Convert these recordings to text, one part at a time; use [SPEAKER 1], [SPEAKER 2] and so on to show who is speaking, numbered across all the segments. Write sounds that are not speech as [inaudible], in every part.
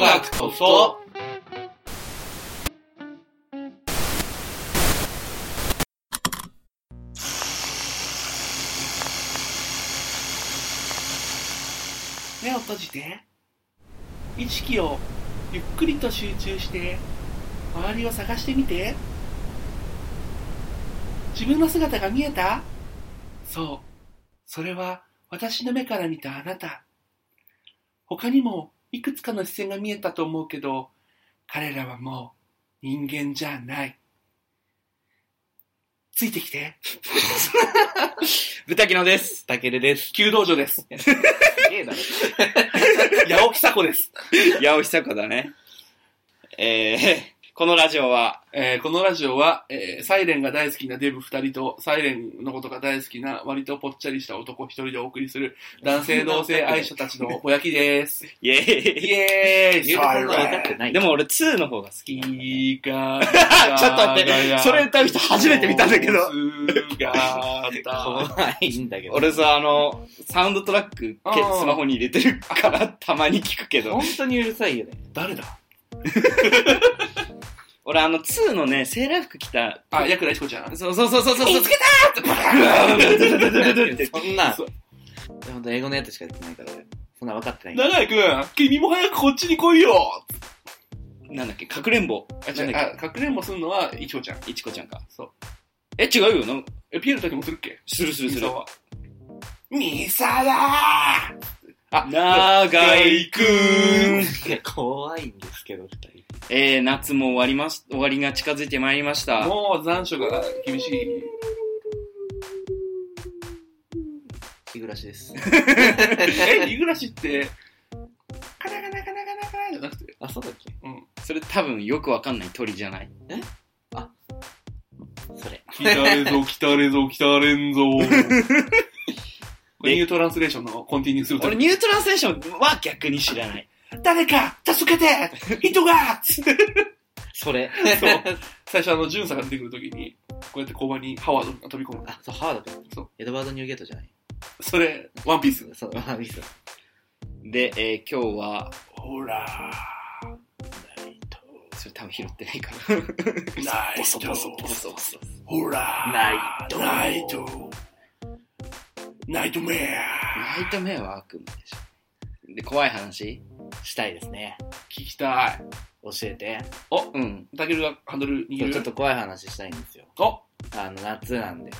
[SPEAKER 1] 学とそ目を閉じて意識をゆっくりと集中して周りを探してみて自分の姿が見えたそうそれは私の目から見たあなた他にもいくつかの視線が見えたと思うけど彼らはもう人間じゃないついてきて
[SPEAKER 2] ブタキノです。タケルです。
[SPEAKER 1] 弓道場です
[SPEAKER 3] すげえだろ。
[SPEAKER 1] 八尾久子です
[SPEAKER 2] 八尾久子だね。えー、このラジオは、
[SPEAKER 1] えーこのラジオは、えーサイレンが大好きなデブ2人と、サイレンのことが大好きな、割とぽっちゃりした男1人でお送りする、男性同性愛者たちのぼやき
[SPEAKER 2] [laughs]
[SPEAKER 1] です。
[SPEAKER 2] イェ
[SPEAKER 1] イ
[SPEAKER 2] ーイ。
[SPEAKER 1] エーイ
[SPEAKER 3] 言う
[SPEAKER 1] サ
[SPEAKER 3] こと
[SPEAKER 1] イ
[SPEAKER 3] 分かっ
[SPEAKER 1] レ
[SPEAKER 3] て
[SPEAKER 1] ン
[SPEAKER 3] ない。
[SPEAKER 2] で、も俺2の方が好き。
[SPEAKER 1] いいか
[SPEAKER 2] ちょっと待って、それ、歌う人初めて見たんだけ
[SPEAKER 1] [laughs]
[SPEAKER 2] ど。
[SPEAKER 1] ど。
[SPEAKER 3] 怖いんだけど。
[SPEAKER 2] 俺、さ、あの、サウンドトラックけ
[SPEAKER 1] あー
[SPEAKER 2] スマホに入れてるから、たまに聞くけど
[SPEAKER 3] 本。当にうるさいよね。
[SPEAKER 1] 誰だ
[SPEAKER 2] 俺、あの、2のね、セーラー服着た。
[SPEAKER 1] あ、ヤクライチコちゃん。
[SPEAKER 2] そうそうそうそうそう。
[SPEAKER 1] 見つけ
[SPEAKER 2] たー
[SPEAKER 3] そんな
[SPEAKER 1] そう、
[SPEAKER 3] ほんと英語のやつしか出てないから、俺そんな分かってない。
[SPEAKER 1] 長井くん、君も早くこっちに来いよ
[SPEAKER 2] なんだっけ、かくれんぼ。
[SPEAKER 1] あ、違
[SPEAKER 2] なん
[SPEAKER 1] う、
[SPEAKER 2] だっ
[SPEAKER 1] あ、かくれんぼすんのは、イチコちゃん。
[SPEAKER 2] け、いちこちゃんか。
[SPEAKER 1] そう。
[SPEAKER 2] え、違うよ。なん
[SPEAKER 1] え、ピエールだけもするっけ
[SPEAKER 2] するするす
[SPEAKER 1] ミサ。
[SPEAKER 2] る
[SPEAKER 1] は。ミサだー
[SPEAKER 2] 長井くん。
[SPEAKER 3] いや怖いんですけど、二人。
[SPEAKER 2] えー、夏も終わります、終わりが近づいてまいりました。
[SPEAKER 1] もう残暑が厳し [laughs] い。
[SPEAKER 3] 日暮らしです。
[SPEAKER 1] え、日暮らしって、カナカナカナカナカナじゃなくて、
[SPEAKER 3] あ、そうだっけ
[SPEAKER 2] それ多分よくわかんない鳥じゃない。
[SPEAKER 3] それ。
[SPEAKER 1] 来たれぞ、来たれぞ、来たれ [laughs] んぞ。これニュートランスレーションのコンティニューすると
[SPEAKER 2] [laughs] 俺、ニュートランスレーションは逆に知ら [laughs] ない。
[SPEAKER 1] 誰か助け
[SPEAKER 2] [laughs]
[SPEAKER 1] て人が
[SPEAKER 3] それ。
[SPEAKER 1] そう最初あの、ジュンさんが出てくるときに、こうやって交番にハワードが飛び込む。
[SPEAKER 3] あ、そう、ハードだった
[SPEAKER 1] そう。
[SPEAKER 3] エドワード・ニューゲートじゃない。
[SPEAKER 1] それ、ワンピース。
[SPEAKER 3] そう、あ、ミスだ。
[SPEAKER 2] で、えー、今日は、
[SPEAKER 1] ほら
[SPEAKER 2] それ多分拾ってないから。
[SPEAKER 1] ー、ナ
[SPEAKER 2] ボソボソボソボソ。
[SPEAKER 1] ほら
[SPEAKER 2] ナイト
[SPEAKER 1] ナイトナイトメア
[SPEAKER 2] [laughs] ナイトメアは悪夢でしょ。で、怖い話
[SPEAKER 3] したいですね。
[SPEAKER 1] 聞きたい。
[SPEAKER 3] 教えて。
[SPEAKER 2] うん。
[SPEAKER 1] タケルがハンドル
[SPEAKER 3] そ
[SPEAKER 1] 握
[SPEAKER 3] う
[SPEAKER 1] る。
[SPEAKER 3] ちょっと怖い話したいんですよ。
[SPEAKER 1] お
[SPEAKER 3] あの、夏なんで。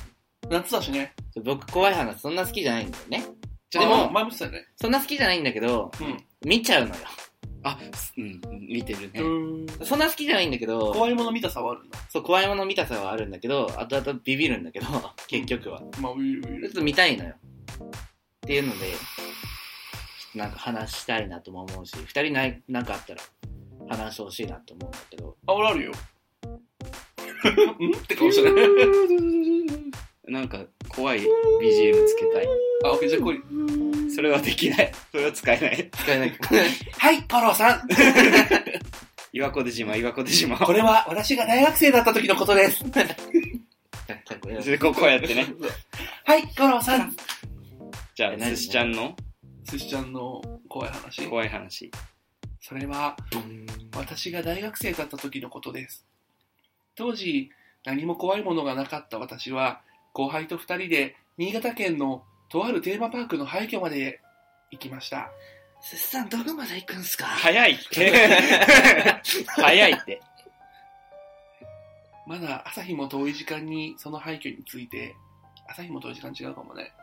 [SPEAKER 1] 夏だしね。
[SPEAKER 3] 僕、怖い話そんな好きじゃないんだよね。
[SPEAKER 2] じ
[SPEAKER 1] で
[SPEAKER 2] ゃあで
[SPEAKER 1] も、
[SPEAKER 2] も、
[SPEAKER 1] 前も言ってたよね。
[SPEAKER 3] そんな好きじゃないんだけど、
[SPEAKER 1] うん
[SPEAKER 3] 見ちゃうのよ。
[SPEAKER 2] あ、すうん、見てるね。
[SPEAKER 1] うん。
[SPEAKER 3] そんな好きじゃないんだけど、
[SPEAKER 1] 怖いもの見たさはあるんだ。
[SPEAKER 3] そう、怖いもの見たさはあるんだけど、後々ビビるんだけど、 [laughs] 結局は。
[SPEAKER 1] まあ、ウィルウィ
[SPEAKER 3] ちょっ
[SPEAKER 1] ル。
[SPEAKER 3] と見たいのよ。っていうので、ちょっとなんか話したいなとも思うし、二人ない、なんかあったら話してほしいなと思うんだけど。
[SPEAKER 1] あ、俺あ [laughs] るよ。んって顔してね。
[SPEAKER 2] なんか、怖い BGM つけたい。
[SPEAKER 1] あ、オッケー、じゃあこれ。
[SPEAKER 2] それはできない。それは使えない。
[SPEAKER 3] 使えないか。
[SPEAKER 1] はい、太郎さん。
[SPEAKER 2] 岩子出島、岩子出島。
[SPEAKER 1] これは私が大学生だった時のこと [laughs] です。
[SPEAKER 3] かっこいい
[SPEAKER 2] それこうこうやって [laughs] ね。
[SPEAKER 1] はい、太郎さん。
[SPEAKER 2] じゃあ、
[SPEAKER 3] え何
[SPEAKER 2] 寿司ちゃんの
[SPEAKER 1] すしちゃんの怖い話。
[SPEAKER 2] 怖い話。
[SPEAKER 1] それは、私が大学生だった時のことです当時何も怖いものがなかった私は後輩と2人で新潟県のとあるテーマパークの廃墟まで行きました
[SPEAKER 3] すしさん、どこまで行くんすか
[SPEAKER 2] 早い [laughs] って。早いって。
[SPEAKER 1] まだ朝日も遠い時間にその廃墟について朝日も遠い時間違うかもね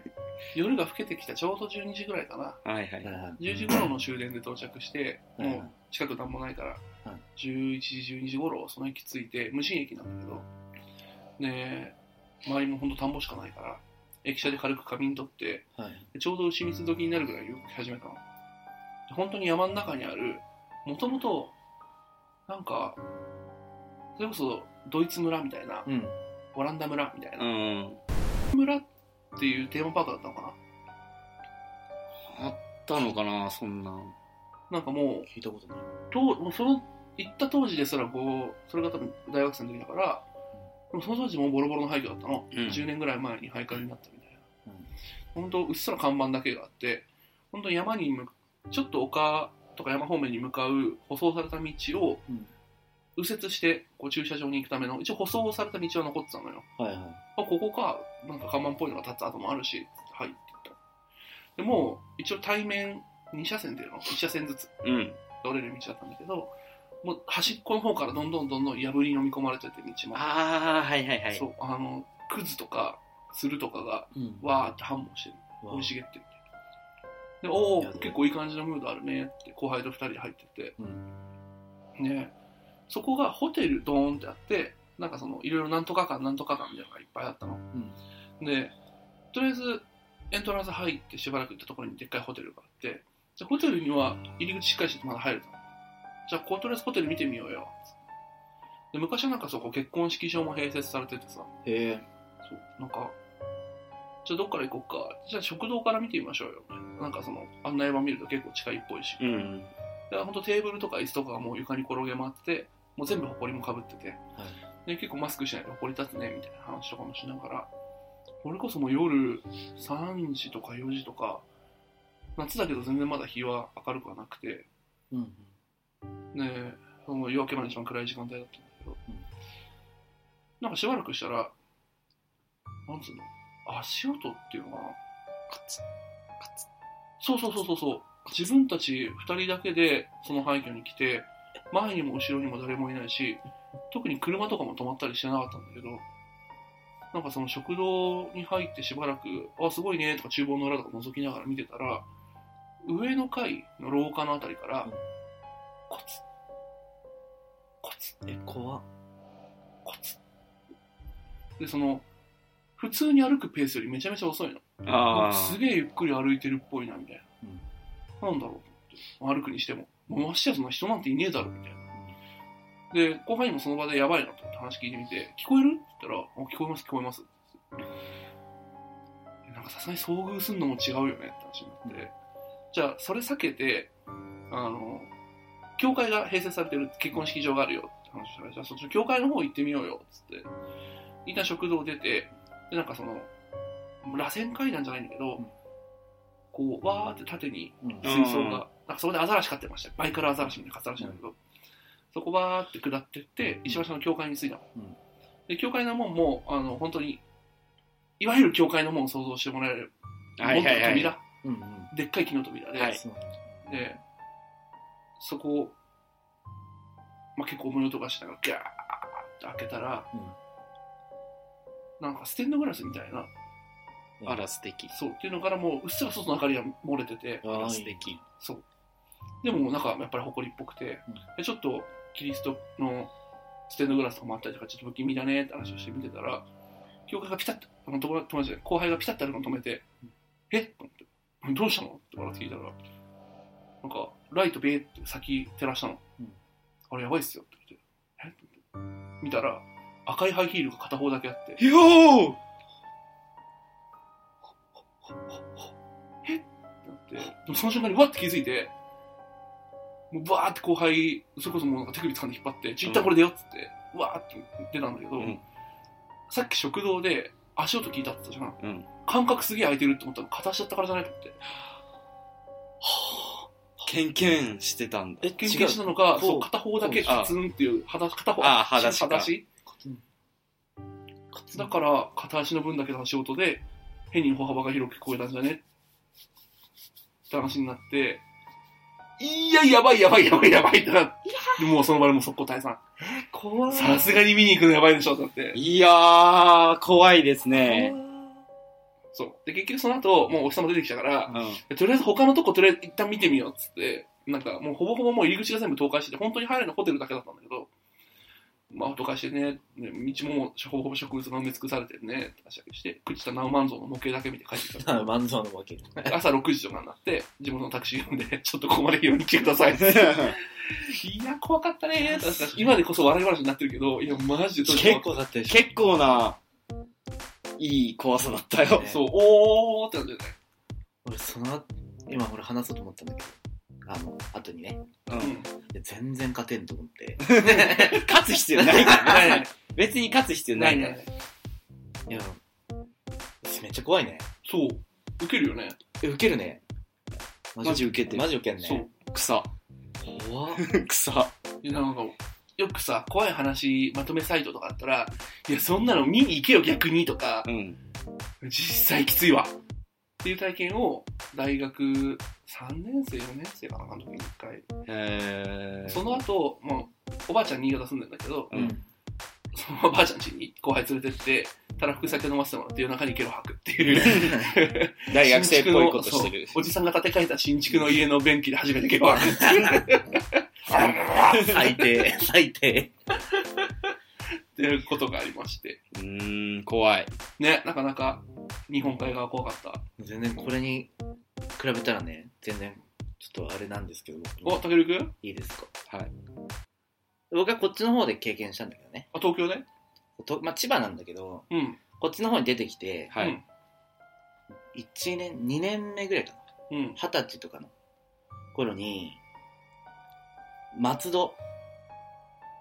[SPEAKER 3] [laughs]
[SPEAKER 1] 夜が更けてきたちょうど12時ぐらいかな
[SPEAKER 2] はいはい。
[SPEAKER 1] 10時頃の終電で到着して
[SPEAKER 3] [laughs] うん
[SPEAKER 1] もう近くなんもないから、
[SPEAKER 3] うん
[SPEAKER 1] 11時12時頃その駅着いて無人駅なんだけどで周りもほんと田んぼしかないから駅舎で軽く仮眠取って
[SPEAKER 3] はい。
[SPEAKER 1] でちょうど牛蜜時になるぐらい動き始めたので本当に山の中にあるもともとなんかそれこそドイツ村みたいな
[SPEAKER 3] うん。
[SPEAKER 1] オランダ村みたいな、
[SPEAKER 2] うん。
[SPEAKER 1] 村っていうテーマパークだったのか
[SPEAKER 2] あったのかな、そんな。
[SPEAKER 1] ななんかもう
[SPEAKER 3] 聞いたことない。
[SPEAKER 1] ともうその行った当時ですらこうそれが多分大学生の時だからでもその当時もうボロボロの廃墟だったの、
[SPEAKER 2] うん
[SPEAKER 1] 10年ぐらい前に廃墟になったみたいな、
[SPEAKER 3] うん
[SPEAKER 1] 本当うっすら看板だけがあって本当に山に向ちょっと丘とか山方面に向かう舗装された道を
[SPEAKER 3] うん
[SPEAKER 1] 右折してこう駐車場に行くための一応舗装された道は残ってたのよ
[SPEAKER 3] はいはい。
[SPEAKER 1] あここかなんか看板っぽいのが立つ跡もあるしはいって言ったでもう一応対面2車線っていうの1車線ずつ
[SPEAKER 2] うん。
[SPEAKER 1] 折れる道だったんだけどもう端っこの方からどんどんどんどん破りに飲み込まれてって道も
[SPEAKER 2] ああ、はいはいはい。
[SPEAKER 1] そうあのクズとかするとかが
[SPEAKER 3] うん
[SPEAKER 1] わーって繁忙してる
[SPEAKER 3] わあ
[SPEAKER 1] 生い茂ってるでおお
[SPEAKER 3] やだ
[SPEAKER 1] 結構いい感じのムードあるねって後輩と2人で入ってて、ねそこがホテルドーンってあってなんかそのいろいろなんとか館なんとか館みたいなのがいっぱいあったの、でとりあえずエントランス入ってしばらく行ったところにでっかいホテルがあってじゃあホテルには入り口しっかりしてまだ入れたのじゃあこうとりあえずホテル見てみようよつってで昔はなんかそこ結婚式場も併設されててさ
[SPEAKER 3] へえ。
[SPEAKER 1] そうなんかじゃあどっから行こうかじゃあ食堂から見てみましょうよなんかその案内板見ると結構近いっぽいし、
[SPEAKER 2] う。ん。
[SPEAKER 1] だからほんとテーブルとか椅子とかがもう床に転げ回っててもう全部ホコリもかぶってて、で結構マスクしないとホコリ立つねみたいな話とかもしながら俺こそもう夜3時とか4時とか夏だけど全然まだ日は明るくはなくて
[SPEAKER 3] うん。
[SPEAKER 1] ねその夜明けまで一番暗い時間帯だったんだけど、
[SPEAKER 3] うん
[SPEAKER 1] なんかしばらくしたらなんつうの足音っていうのかな
[SPEAKER 2] カツカツ
[SPEAKER 1] そうそうそうそうそう自分たち2人だけでその廃墟に来て前にも後ろにも誰もいないし特に車とかも止まったりしてなかったんだけどなんかその食堂に入ってしばらく「あすごいね」とか厨房の裏とか覗きながら見てたら上の階の廊下のあたりから、
[SPEAKER 3] うん
[SPEAKER 1] コツコツ
[SPEAKER 3] え、怖っ。
[SPEAKER 1] コツでその普通に歩くペースよりめちゃめちゃ遅いの
[SPEAKER 2] あ
[SPEAKER 1] す
[SPEAKER 2] あ。
[SPEAKER 1] げえゆっくり歩いてるっぽいなみたいな、なんだろう歩くにしてももうましてやそんな人なんていねえだろみたいなで後輩にもその場でやばいなと思って話聞いてみて聞こえるって言ったらあ聞こえます聞こえますえなんかさすがに遭遇するのも違うよねって話になって、じゃあそれ避けてあの教会が併設されてる結婚式場があるよって話したらじゃあそっちの教会の方行ってみようよっつって一旦食堂出てでなんかその螺旋階段じゃないんだけど、
[SPEAKER 3] うん
[SPEAKER 1] こうわーって縦に
[SPEAKER 3] うん。うん。
[SPEAKER 1] 水槽が、なんかそこでアザラシ飼ってましたよバイカルアザラシみたいなアザラシなんだけど、そこバーって下ってって一番下の教会に着いたの、
[SPEAKER 3] うん
[SPEAKER 1] で教会の門もあの本当にいわゆる教会の門を想像してもらえる
[SPEAKER 2] はいはいはい
[SPEAKER 1] 門と扉
[SPEAKER 3] うん。
[SPEAKER 1] でっかい木の扉で、
[SPEAKER 2] はい
[SPEAKER 3] そう。
[SPEAKER 1] でそこを、まあ、結構重い音がしながらギャーって開けたら、
[SPEAKER 3] うん
[SPEAKER 1] なんかステンドグラスみたいな
[SPEAKER 2] あら、素敵。
[SPEAKER 1] そうっていうのからもううっすら外の明かりが漏れてて、
[SPEAKER 3] あ
[SPEAKER 2] あ
[SPEAKER 3] ー
[SPEAKER 2] ら、
[SPEAKER 3] い
[SPEAKER 2] 素
[SPEAKER 3] [laughs] い
[SPEAKER 2] 敵。
[SPEAKER 1] そう。でも、なんか、やっぱり埃っぽくて、
[SPEAKER 3] うん
[SPEAKER 1] でちょっと、キリストのステンドグラスとかもあったりとか、ちょっと不気味だねって話をして見てたら、教会がピタッと、あの友達で、後輩がピタッとあるのを止めて、えっと思って、どうしたのって笑って聞いたら、なんか、ライトベーって先照らしたの。
[SPEAKER 3] うん
[SPEAKER 1] あれ、やばいっすよって言って、えって思って見たら、赤いハイヒールが片方だけあって、
[SPEAKER 2] よー
[SPEAKER 1] ってなってでもその瞬間にわって気づいてもうバーって後輩それこそもうなんか手首掴んで引っ張って「ちょ一旦これでよ」っつってわーって出たんだけど、
[SPEAKER 2] うん
[SPEAKER 1] さっき食堂で足音聞いたって言ったじゃん、
[SPEAKER 2] うん
[SPEAKER 1] 感覚すげえ空いてるって思ったの片足だったからじゃないと思って
[SPEAKER 2] ケンケンしてたんだ。
[SPEAKER 1] 研究したのが
[SPEAKER 3] う
[SPEAKER 1] そう片方だけ
[SPEAKER 2] あ
[SPEAKER 1] カツンっていう片片方
[SPEAKER 2] あ裸足か
[SPEAKER 1] 裸足
[SPEAKER 3] うん
[SPEAKER 1] だから片足の分だけの足音で変に歩幅が広く聞こえたんじゃねって話になっていややばいやばいやばいやばいってなってもうその場でもう速攻退散
[SPEAKER 3] 怖
[SPEAKER 1] さすがに見に行くのやばいでしょってなって
[SPEAKER 2] いやー、怖いですね。
[SPEAKER 1] そうで結局その後もうお日様出てきたから、
[SPEAKER 2] うん。
[SPEAKER 1] とりあえず他のとことりあえず一旦見てみようっつって、なんかもうほぼほぼもう入り口が全部倒壊してて、本当に入れるのホテルだけだったんだけど、まあ、倒壊してね、ね道ももうほぼほぼ植物が埋め尽くされてるね、って話して、朽ちたナウマンゾウの模型だけ見て帰ってきた。
[SPEAKER 3] 万蔵のわ [laughs] け。
[SPEAKER 1] [laughs] 朝6時とかになって、地元のタクシー呼んで、ちょっとここまで拾いに来てくださいって。いや、怖かったねーって今でこそ笑い話になってるけど、いや、マジでとにか
[SPEAKER 2] 結
[SPEAKER 1] く
[SPEAKER 2] 構だって、 [laughs] 結構な、いい怖さだったよ。
[SPEAKER 1] そう、おーってなってね。
[SPEAKER 3] 俺、その、今俺話そうと思ったんだけど、あの、後にね。
[SPEAKER 2] う。
[SPEAKER 1] うんん。
[SPEAKER 3] いや全然勝てんと思って。
[SPEAKER 2] 勝つ必要ないか
[SPEAKER 1] [laughs]
[SPEAKER 2] ら
[SPEAKER 1] ないない
[SPEAKER 2] [laughs] 別に勝つ必要な
[SPEAKER 1] ないい
[SPEAKER 2] か
[SPEAKER 1] な
[SPEAKER 2] ら。
[SPEAKER 1] い。
[SPEAKER 3] [laughs] いや、めっちゃ怖いね。
[SPEAKER 1] そう、受けるよね。
[SPEAKER 3] え、ウケるね。
[SPEAKER 2] マジウケてる
[SPEAKER 3] マジウケんね。
[SPEAKER 1] そう。
[SPEAKER 2] [laughs] 草。
[SPEAKER 3] 怖っ。
[SPEAKER 2] くそ。
[SPEAKER 1] いやなんかよくさ怖い話まとめサイトとかあったら「いやそんなの見に行けよ逆に」とか
[SPEAKER 2] うん。
[SPEAKER 1] 「実際きついわ」っていう体験を大学3年生4年生かなあの時に1回
[SPEAKER 2] えー
[SPEAKER 1] その後、もうおばあちゃん新潟住んでんだけど、
[SPEAKER 3] うん。 [laughs]
[SPEAKER 1] そのおばあちゃん家に後輩連れてって、たらふく酒飲ませてもらって夜中にゲロ吐くっていう。
[SPEAKER 2] [laughs] 大学生っぽいことして
[SPEAKER 1] 新築の
[SPEAKER 2] る
[SPEAKER 1] そ。うおじさんが建て替えた新築の家の便器で初めてゲロ吐く。
[SPEAKER 2] [laughs]
[SPEAKER 3] 最低、最低。
[SPEAKER 1] っていうことがありまして。
[SPEAKER 2] うーん、怖い。
[SPEAKER 1] ね、なかなか日本海側怖かった。
[SPEAKER 3] 全然これに比べたらね、全然ちょっとあれなんですけど、
[SPEAKER 1] お、
[SPEAKER 3] 僕
[SPEAKER 1] たけるくん
[SPEAKER 3] いいですか。
[SPEAKER 2] はい。
[SPEAKER 3] 僕はこっちの方で経験したんだけどね。
[SPEAKER 1] あ、東京ね
[SPEAKER 3] とまあ、千葉なんだけど、
[SPEAKER 1] うん。
[SPEAKER 3] こっちの方に出てきて、
[SPEAKER 2] はい。
[SPEAKER 1] うん
[SPEAKER 3] 1年、2年目ぐらいかな。
[SPEAKER 1] うん。
[SPEAKER 3] 二十歳とかの頃に、松戸、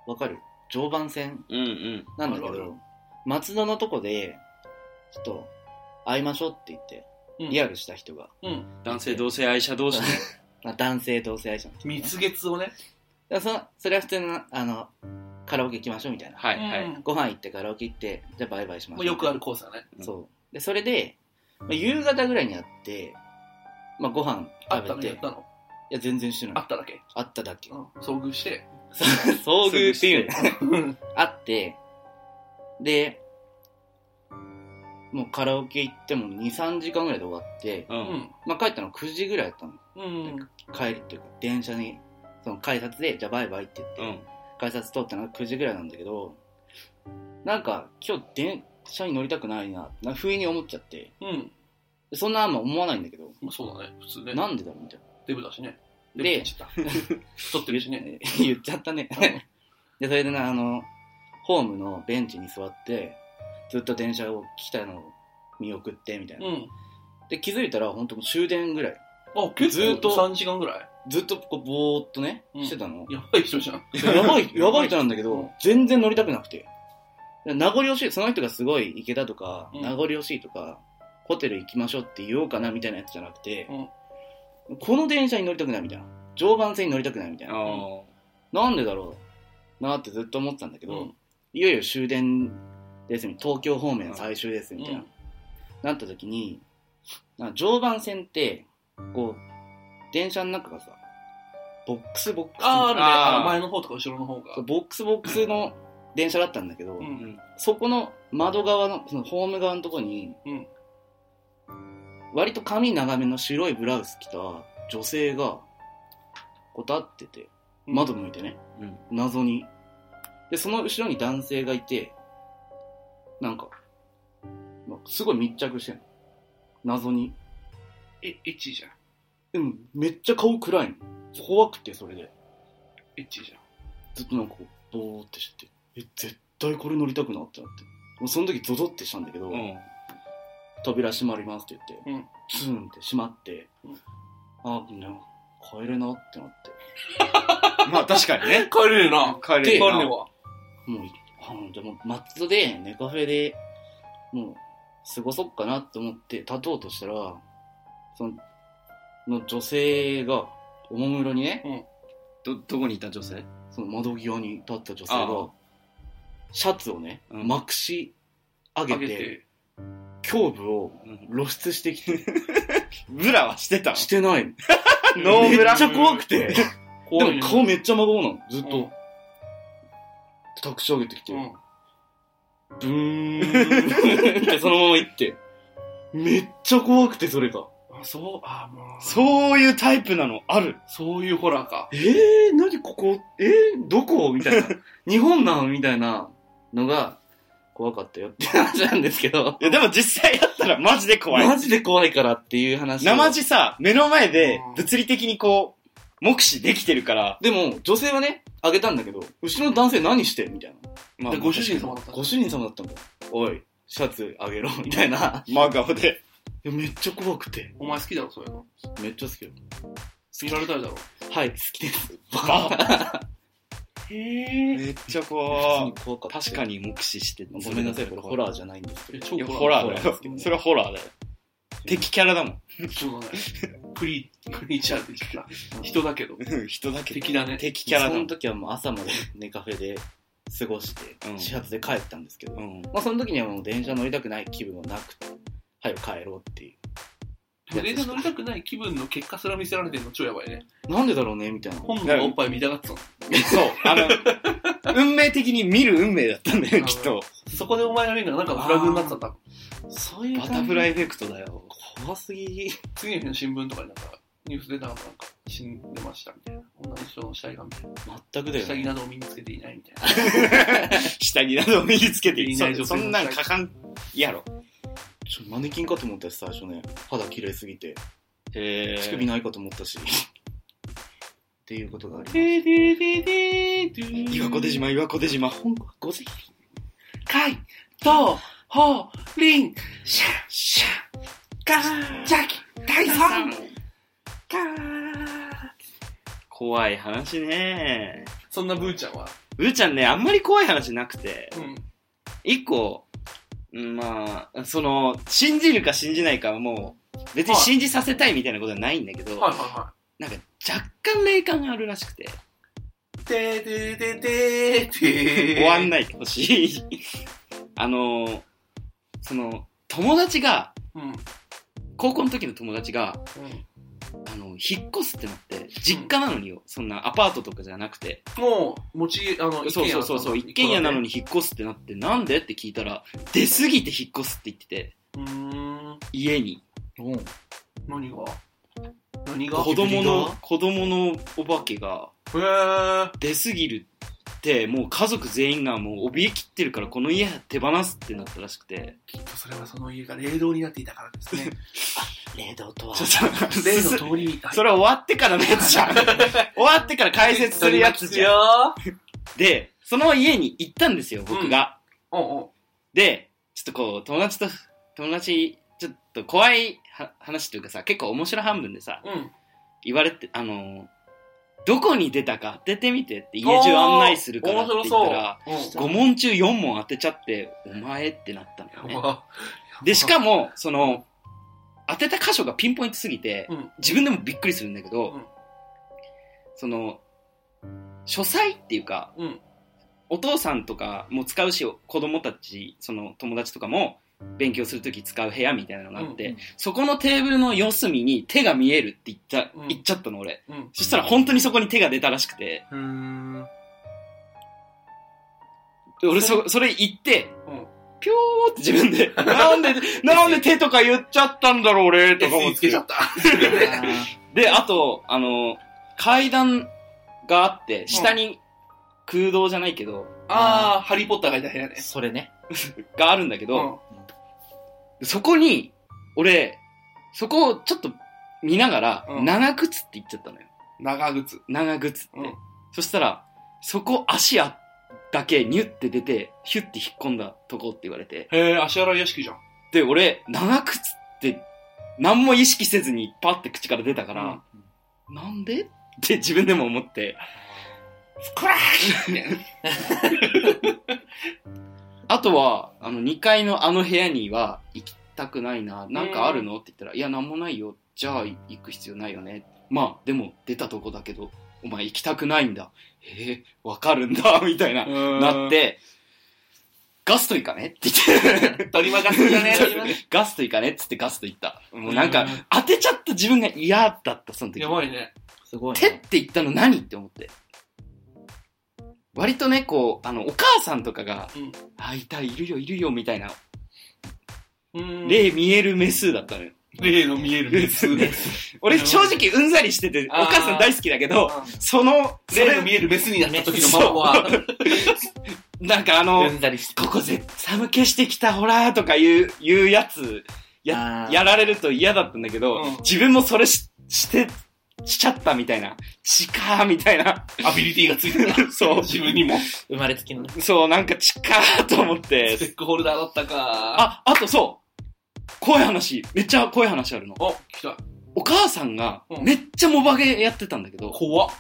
[SPEAKER 3] わかる常磐線
[SPEAKER 2] うんうん。
[SPEAKER 3] なんだけ
[SPEAKER 1] あるあ
[SPEAKER 3] ど
[SPEAKER 1] る、
[SPEAKER 3] 松戸のとこで、ちょっと、会いましょうって言って、
[SPEAKER 1] うん
[SPEAKER 3] リアルした人が、
[SPEAKER 1] うん。
[SPEAKER 2] 男性同性愛者同士で。
[SPEAKER 3] [laughs] まあ、男性同性愛者の人ね、
[SPEAKER 1] 蜜月をね。
[SPEAKER 3] だからそのそれは普通の、あの、カラオケ行きましょうみたいな。
[SPEAKER 2] はいは
[SPEAKER 1] うん
[SPEAKER 2] い。
[SPEAKER 3] ご飯行ってカラオケ行って、じゃあバイバイしまし
[SPEAKER 1] も
[SPEAKER 3] ょ
[SPEAKER 1] う
[SPEAKER 3] う。
[SPEAKER 1] よくあるコースだね。
[SPEAKER 3] そう。で、それで、まあ、夕方ぐらいに会って、まあ、ご飯
[SPEAKER 1] あった
[SPEAKER 3] 食べ
[SPEAKER 1] の
[SPEAKER 3] て、
[SPEAKER 1] やっ
[SPEAKER 3] い
[SPEAKER 1] たの
[SPEAKER 3] や、全然してな
[SPEAKER 1] あ
[SPEAKER 3] い。
[SPEAKER 1] っただけ。
[SPEAKER 3] あっただけ [laughs]
[SPEAKER 1] う。ん。遭遇して。
[SPEAKER 3] 遭遇っていうの
[SPEAKER 1] うん。
[SPEAKER 3] あって、で、もうカラオケ行っても2、3時間ぐらいで終わって、
[SPEAKER 2] うん。
[SPEAKER 3] まあ帰ったの9時ぐらいだったの。
[SPEAKER 1] うん。
[SPEAKER 3] 帰りっていうか、電車に、その改札で、じゃあバイバイって言って、
[SPEAKER 2] うん。
[SPEAKER 3] 改札通ったのが9時ぐらいなんだけど、なんか今日電車に乗りたくないな、な不意に思っちゃって、
[SPEAKER 1] うん。
[SPEAKER 3] そんなあんま思わないんだけど、
[SPEAKER 1] まあそうだね。普通ね。
[SPEAKER 3] なんでだろうみたい
[SPEAKER 1] デブだしね。
[SPEAKER 3] な。
[SPEAKER 1] で
[SPEAKER 3] で、
[SPEAKER 1] ちょっと
[SPEAKER 3] [laughs]
[SPEAKER 1] 撮ってるしね。
[SPEAKER 3] 言っちゃったね。で、それでな、あの、ホームのベンチに座って、ずっと電車を来たのを見送って、みたいうな。
[SPEAKER 1] ん。
[SPEAKER 3] で、気づいたら、本当もう終電ぐらい。
[SPEAKER 1] あ、結構
[SPEAKER 3] ずっと
[SPEAKER 1] 3時間ぐらい。
[SPEAKER 3] ずっとこう、ぼーっとね、
[SPEAKER 1] うん
[SPEAKER 3] してたの。
[SPEAKER 1] やばい人じゃん。
[SPEAKER 3] や
[SPEAKER 1] [laughs]
[SPEAKER 3] ばい、やばい人なんだけ
[SPEAKER 1] う
[SPEAKER 3] ど
[SPEAKER 1] ん、
[SPEAKER 3] 全然乗りたくなくて。名残惜しい、その人がすごい池田とか、
[SPEAKER 1] うん
[SPEAKER 3] 名残惜しいとか、ホテル行きましょうって言おうかな、みたいなやつじゃなくて、この電車に乗りたくない、みたいな。常磐線に乗りたくない、みたい
[SPEAKER 2] あ
[SPEAKER 3] な。
[SPEAKER 2] ー
[SPEAKER 3] なんでだろうなってずっと思ってたんだけ
[SPEAKER 1] う
[SPEAKER 3] ど、
[SPEAKER 1] ん。
[SPEAKER 3] いよいよ終電ですみ、東京方面最終ですみたいな、
[SPEAKER 1] うん
[SPEAKER 3] なった時に、なんか常磐線って、こう、電車の中がさ、ボックスボックスみたい
[SPEAKER 1] あー、あるね。
[SPEAKER 3] な。
[SPEAKER 2] あー
[SPEAKER 1] あの前の方とか後ろの方が
[SPEAKER 3] そう。ボックスボックスの電車だったんだけど、
[SPEAKER 1] う。
[SPEAKER 2] うんん。
[SPEAKER 3] そこの窓側の、そのホーム側のとこに、
[SPEAKER 1] うん
[SPEAKER 3] 割と髪長めの白いブラウス着た女性が、こう立ってて、窓向いてね、
[SPEAKER 2] うん
[SPEAKER 3] 謎にでその後ろに男性がいてなんかまあすごい密着してんの謎に
[SPEAKER 1] え、エッチじゃん。
[SPEAKER 3] うんめっちゃ顔暗いの怖くてそれで
[SPEAKER 1] エッチじゃ
[SPEAKER 3] ずっとなんかこうボーってしてえ絶対これ乗りたくなってなってもうその時ゾゾってしたんだけど、
[SPEAKER 2] うん。
[SPEAKER 3] 扉閉まりますって言って、
[SPEAKER 1] うん
[SPEAKER 3] ツーンって閉まって、
[SPEAKER 1] うん
[SPEAKER 3] あみんな帰れなってなって
[SPEAKER 2] まあ確かにね
[SPEAKER 1] ん。。帰れるな。
[SPEAKER 2] 帰
[SPEAKER 1] 帰
[SPEAKER 2] れ
[SPEAKER 1] れ
[SPEAKER 2] る
[SPEAKER 1] る
[SPEAKER 2] な。
[SPEAKER 1] わ。
[SPEAKER 3] もう、あの、でも、松戸で、ネカフェで、もう、過ごそっかなと思って立とうとしたら、その、の女性が、おもむろにね、
[SPEAKER 2] ど、どこにいた女性
[SPEAKER 3] その窓際に立った女性
[SPEAKER 2] あ
[SPEAKER 3] が
[SPEAKER 2] あ、
[SPEAKER 3] シャツをね、
[SPEAKER 2] うん
[SPEAKER 3] まくし上
[SPEAKER 1] あ
[SPEAKER 3] げ
[SPEAKER 1] げ
[SPEAKER 3] て、
[SPEAKER 1] て。
[SPEAKER 3] 胸部を
[SPEAKER 2] うん
[SPEAKER 3] 露出してきて、
[SPEAKER 2] ブラはしてたの
[SPEAKER 3] してないの。
[SPEAKER 2] ノーブラ
[SPEAKER 3] めっちゃ怖くて、で
[SPEAKER 1] 怖い
[SPEAKER 3] も
[SPEAKER 1] ね
[SPEAKER 3] 顔めっちゃ孫なの、ずっ
[SPEAKER 1] う
[SPEAKER 3] と
[SPEAKER 1] ん。
[SPEAKER 3] たくし上げてきて、
[SPEAKER 1] うん。
[SPEAKER 3] ブーンってそのまま行って。めっちゃ怖くて、それが。
[SPEAKER 1] あ、そう、あ、もう。そう。
[SPEAKER 2] そういうタイプなのある。
[SPEAKER 1] そういうホラーか。
[SPEAKER 3] えー、何ここえー、どこみたいな。 [laughs] 日本なのみたいなのが怖かったよって話なんですけど。
[SPEAKER 2] いやでも実際やったらマジで怖い。
[SPEAKER 3] マジで怖いからっていう話を。
[SPEAKER 2] 生地さ、目の前で物理的にこう、目視できてるから。
[SPEAKER 3] でも、女性はね、あげたんだけど、後ろの男性何してみたいな。
[SPEAKER 2] まあ
[SPEAKER 1] で、ご主人様だった。
[SPEAKER 3] ご主人様だったんだよ。おい、シャツあげろ、 [laughs] みたいな。
[SPEAKER 2] 真顔で。
[SPEAKER 3] いやめっちゃ怖くて。
[SPEAKER 1] お前好きだろ、そういうの。
[SPEAKER 3] めっちゃ好きよ。
[SPEAKER 1] 見られたいだろ。
[SPEAKER 3] はい、好きです。
[SPEAKER 2] バー
[SPEAKER 1] へえ。
[SPEAKER 2] [laughs] めっちゃ
[SPEAKER 3] 普
[SPEAKER 2] 怖
[SPEAKER 3] 通に怖かった。
[SPEAKER 2] 確かに目視して
[SPEAKER 3] ごめんなさい、これホ
[SPEAKER 2] ー。
[SPEAKER 3] ラーじゃないんですけど。
[SPEAKER 1] 超
[SPEAKER 2] いや、
[SPEAKER 1] ホ
[SPEAKER 2] ホ
[SPEAKER 1] ラ
[SPEAKER 2] ラ
[SPEAKER 1] ー。
[SPEAKER 2] ーだよ。それはホラーだよ。敵キャラだもん。
[SPEAKER 1] そうだね。プリ、プリーチャーって言った。人だけど。
[SPEAKER 2] うん人だけ
[SPEAKER 1] 敵だね
[SPEAKER 2] 敵キャラだ
[SPEAKER 3] そ
[SPEAKER 2] も
[SPEAKER 3] の
[SPEAKER 2] ん
[SPEAKER 3] 時はもう朝まで寝カフェで過ごして
[SPEAKER 2] う、ん
[SPEAKER 3] 始発で帰ったんですけど、
[SPEAKER 2] う
[SPEAKER 3] ま
[SPEAKER 2] ん
[SPEAKER 3] あその時にはもう電車乗りたくない気分はなくて、早く帰ろうってい
[SPEAKER 1] 連れ乗りたくない気分の結果すら見せられてるの超やばいね。
[SPEAKER 3] う。なんでだろうねみたいな。
[SPEAKER 1] 本人のおっぱい見たがってたの。
[SPEAKER 2] そうあの運命的に見る運命だったんだよきっと
[SPEAKER 1] そこでお前が見るのがなんかフラグになってたんだ。
[SPEAKER 3] そういう
[SPEAKER 2] バタフライ
[SPEAKER 3] イ。
[SPEAKER 2] エフェクトだよ
[SPEAKER 3] 怖すぎ。
[SPEAKER 1] 次の日の新聞とかになんか、ニュース出たのなんか、死んでましたみたいな。女の人の死体がみたいな。
[SPEAKER 3] 全くだよ、
[SPEAKER 1] 下着
[SPEAKER 3] ね。
[SPEAKER 1] などを身につけていないみたいな。
[SPEAKER 2] 下着などを身につけてい
[SPEAKER 1] い
[SPEAKER 2] い
[SPEAKER 1] ない
[SPEAKER 2] そ
[SPEAKER 1] 女性
[SPEAKER 2] そ
[SPEAKER 1] の
[SPEAKER 2] んなんかかんやろ
[SPEAKER 3] ちょマネキンかと思ったし、最初ね。肌綺麗すぎて。
[SPEAKER 2] へ
[SPEAKER 3] 乳首ないかと思ったし。っていうことがありま
[SPEAKER 1] で
[SPEAKER 3] し
[SPEAKER 1] ーでーでーでーでー
[SPEAKER 2] 岩小手島岩小手島
[SPEAKER 3] た。本国ごぜ
[SPEAKER 1] かい、と、ほ、りん、しゃ、しゃ、か、じゃき、たいさん、か
[SPEAKER 2] 怖い話ね
[SPEAKER 1] そんなブーちゃんは、
[SPEAKER 2] うーちゃんねあんまり怖い話なくて
[SPEAKER 1] うん、
[SPEAKER 2] 一個うんまあその信じるか信じないかはもう別に信じさせたいみたいなことはないんだけど、
[SPEAKER 1] はいはいは
[SPEAKER 2] なんか若干霊感があるらしくて、
[SPEAKER 1] い。てててててて
[SPEAKER 2] 終わん [laughs] ないでほしい。あのー、その、友達が、
[SPEAKER 1] うん、うん、
[SPEAKER 2] 高校の時の友達が、あの、引っ越すってなって、実家なのによ、そんなアパートとかじゃなくて、
[SPEAKER 1] もう、持ち、あの、
[SPEAKER 2] そうそうそうそう、一軒家なの
[SPEAKER 1] に。
[SPEAKER 2] に引っ越すってなって、なんでって聞いたら、出過ぎて引っ越すって言ってて、
[SPEAKER 1] うーん、
[SPEAKER 2] 家に。
[SPEAKER 3] ひ。うん。
[SPEAKER 1] 何が何が
[SPEAKER 2] 子供の、子供のお化けが、
[SPEAKER 1] へー。
[SPEAKER 2] 出過ぎるって、もう家族全員がもう怯えきってるから、この家手放すってなったらしくて、
[SPEAKER 1] きっとそれはその家が霊道になっていたからですね。
[SPEAKER 3] 冷凍とは。
[SPEAKER 2] ちょっと、
[SPEAKER 1] 霊の通りみたい。
[SPEAKER 2] それ終わってからのや
[SPEAKER 1] [laughs]
[SPEAKER 2] つじゃん。終わってから解説するやつじゃん。
[SPEAKER 1] ゃん。
[SPEAKER 2] で、その家に行ったんですよ、僕が。
[SPEAKER 1] うんうん。
[SPEAKER 2] で、ちょっとこう、友達と、友達、ちょっと怖いは話というかさ、結構面白半分でさ、
[SPEAKER 1] うん。
[SPEAKER 2] 言われて、あのーどこに出たか当ててみてって家中案内するからって言ったら、
[SPEAKER 1] 面白そう。
[SPEAKER 2] 5問中4問当てちゃって、お前ってなったんだよ
[SPEAKER 1] うんや
[SPEAKER 2] ね。
[SPEAKER 1] ば
[SPEAKER 2] で、しかも、その、当てた箇所がピンポイントすぎて、
[SPEAKER 1] うん
[SPEAKER 2] 自分でもびっくりするんだけど、
[SPEAKER 1] うん
[SPEAKER 2] その、書斎っていうか、
[SPEAKER 1] うん
[SPEAKER 2] お父さんとかも使うし、子供たち、その友達とかも勉強するとき使う部屋みたいなのがあって、
[SPEAKER 1] うんうん
[SPEAKER 2] そこのテーブルの四隅に手が見えるって言った、
[SPEAKER 1] うん
[SPEAKER 2] 言っちゃったの俺。
[SPEAKER 1] うん。
[SPEAKER 2] そしたら本当にそこに手が出たらしくて、
[SPEAKER 1] うーん。
[SPEAKER 2] で俺そ、それ言って、
[SPEAKER 1] うん
[SPEAKER 2] ぴょーって自分
[SPEAKER 1] [laughs]
[SPEAKER 2] で、なんで、なんで手とか言っちゃったんだろう俺、とか思
[SPEAKER 1] 見
[SPEAKER 2] って。
[SPEAKER 1] つけち
[SPEAKER 2] [laughs]
[SPEAKER 1] ゃった。
[SPEAKER 2] で、あと、あの、階段があって、下に空洞じゃないけど、
[SPEAKER 1] あー、ハリーポッターがいた部屋ね。
[SPEAKER 3] それね。
[SPEAKER 2] があるんだけど、そこに、俺、そこをちょっと見ながら、
[SPEAKER 1] うん
[SPEAKER 2] 長靴って言っちゃったのよ。
[SPEAKER 1] うん。長靴。
[SPEAKER 2] 長靴って。
[SPEAKER 1] うん
[SPEAKER 2] そしたら、そこ足あだけニュって出て、ヒュって引っ込んだとこって言われて、
[SPEAKER 1] へー、足洗い屋敷じゃん。
[SPEAKER 2] で、俺、長靴って何も意識せずにパッて口から出たから、なんでって自分でも思って、
[SPEAKER 1] クラッ
[SPEAKER 2] あとは、あの、2階のあの部屋には行きたくないな。なんかあるのって言ったら、いや、なんもないよ。じゃあ、い行く必要ないよね。まあ、でも、出たとこだけど、お前行きたくないんだ。へえ、わかるんだ、 [laughs] みたいな。なっ。て、ガスト行かねって言って。
[SPEAKER 1] 取り任せだね。
[SPEAKER 2] ガスト行かねっつってガスト行った。 [laughs] もうなんか
[SPEAKER 1] うん、
[SPEAKER 2] 当てちゃった自分が嫌だった、その時。
[SPEAKER 1] やばいね。
[SPEAKER 3] すごい
[SPEAKER 2] 手っ
[SPEAKER 3] ね。
[SPEAKER 2] て言ったの何って思って。割とね、こう、あの、お母さんとかが、
[SPEAKER 1] うん
[SPEAKER 2] あ、いた、いるよ、いるよ、みたいな、
[SPEAKER 1] うん
[SPEAKER 2] 霊見えるメスだったのよ。
[SPEAKER 1] 霊の見える熱。
[SPEAKER 2] 俺、正直、うんざりしてて、お
[SPEAKER 1] あー
[SPEAKER 2] 母さん大好きだけど、その、そ
[SPEAKER 1] 霊
[SPEAKER 2] れ
[SPEAKER 1] の、見えるメスになった時の魔法は。
[SPEAKER 2] なんかあの
[SPEAKER 3] う、んざりして。
[SPEAKER 2] ここ絶寒気してきた、ほら、とかいう、いうやつ、や
[SPEAKER 3] あ、ー
[SPEAKER 2] やられると嫌だったんだけど、
[SPEAKER 1] うん
[SPEAKER 2] 自分もそれし、して、しちゃったみたいな。ちかーみたいな。
[SPEAKER 1] アビリティがついてた。
[SPEAKER 2] [laughs] そう
[SPEAKER 1] 自分にも。
[SPEAKER 3] 生まれつきのね。
[SPEAKER 2] そう、なんかちかーと思って
[SPEAKER 1] ス、テックホルダーだったか。
[SPEAKER 2] あ、あとそう。怖い話。めっちゃ怖い話あるの。
[SPEAKER 1] お、来た。
[SPEAKER 2] お母さんが
[SPEAKER 1] う、ん
[SPEAKER 2] めっちゃモバゲーやってたんだ
[SPEAKER 1] [laughs]
[SPEAKER 2] けど、
[SPEAKER 1] 怖
[SPEAKER 2] [laughs]
[SPEAKER 1] っ。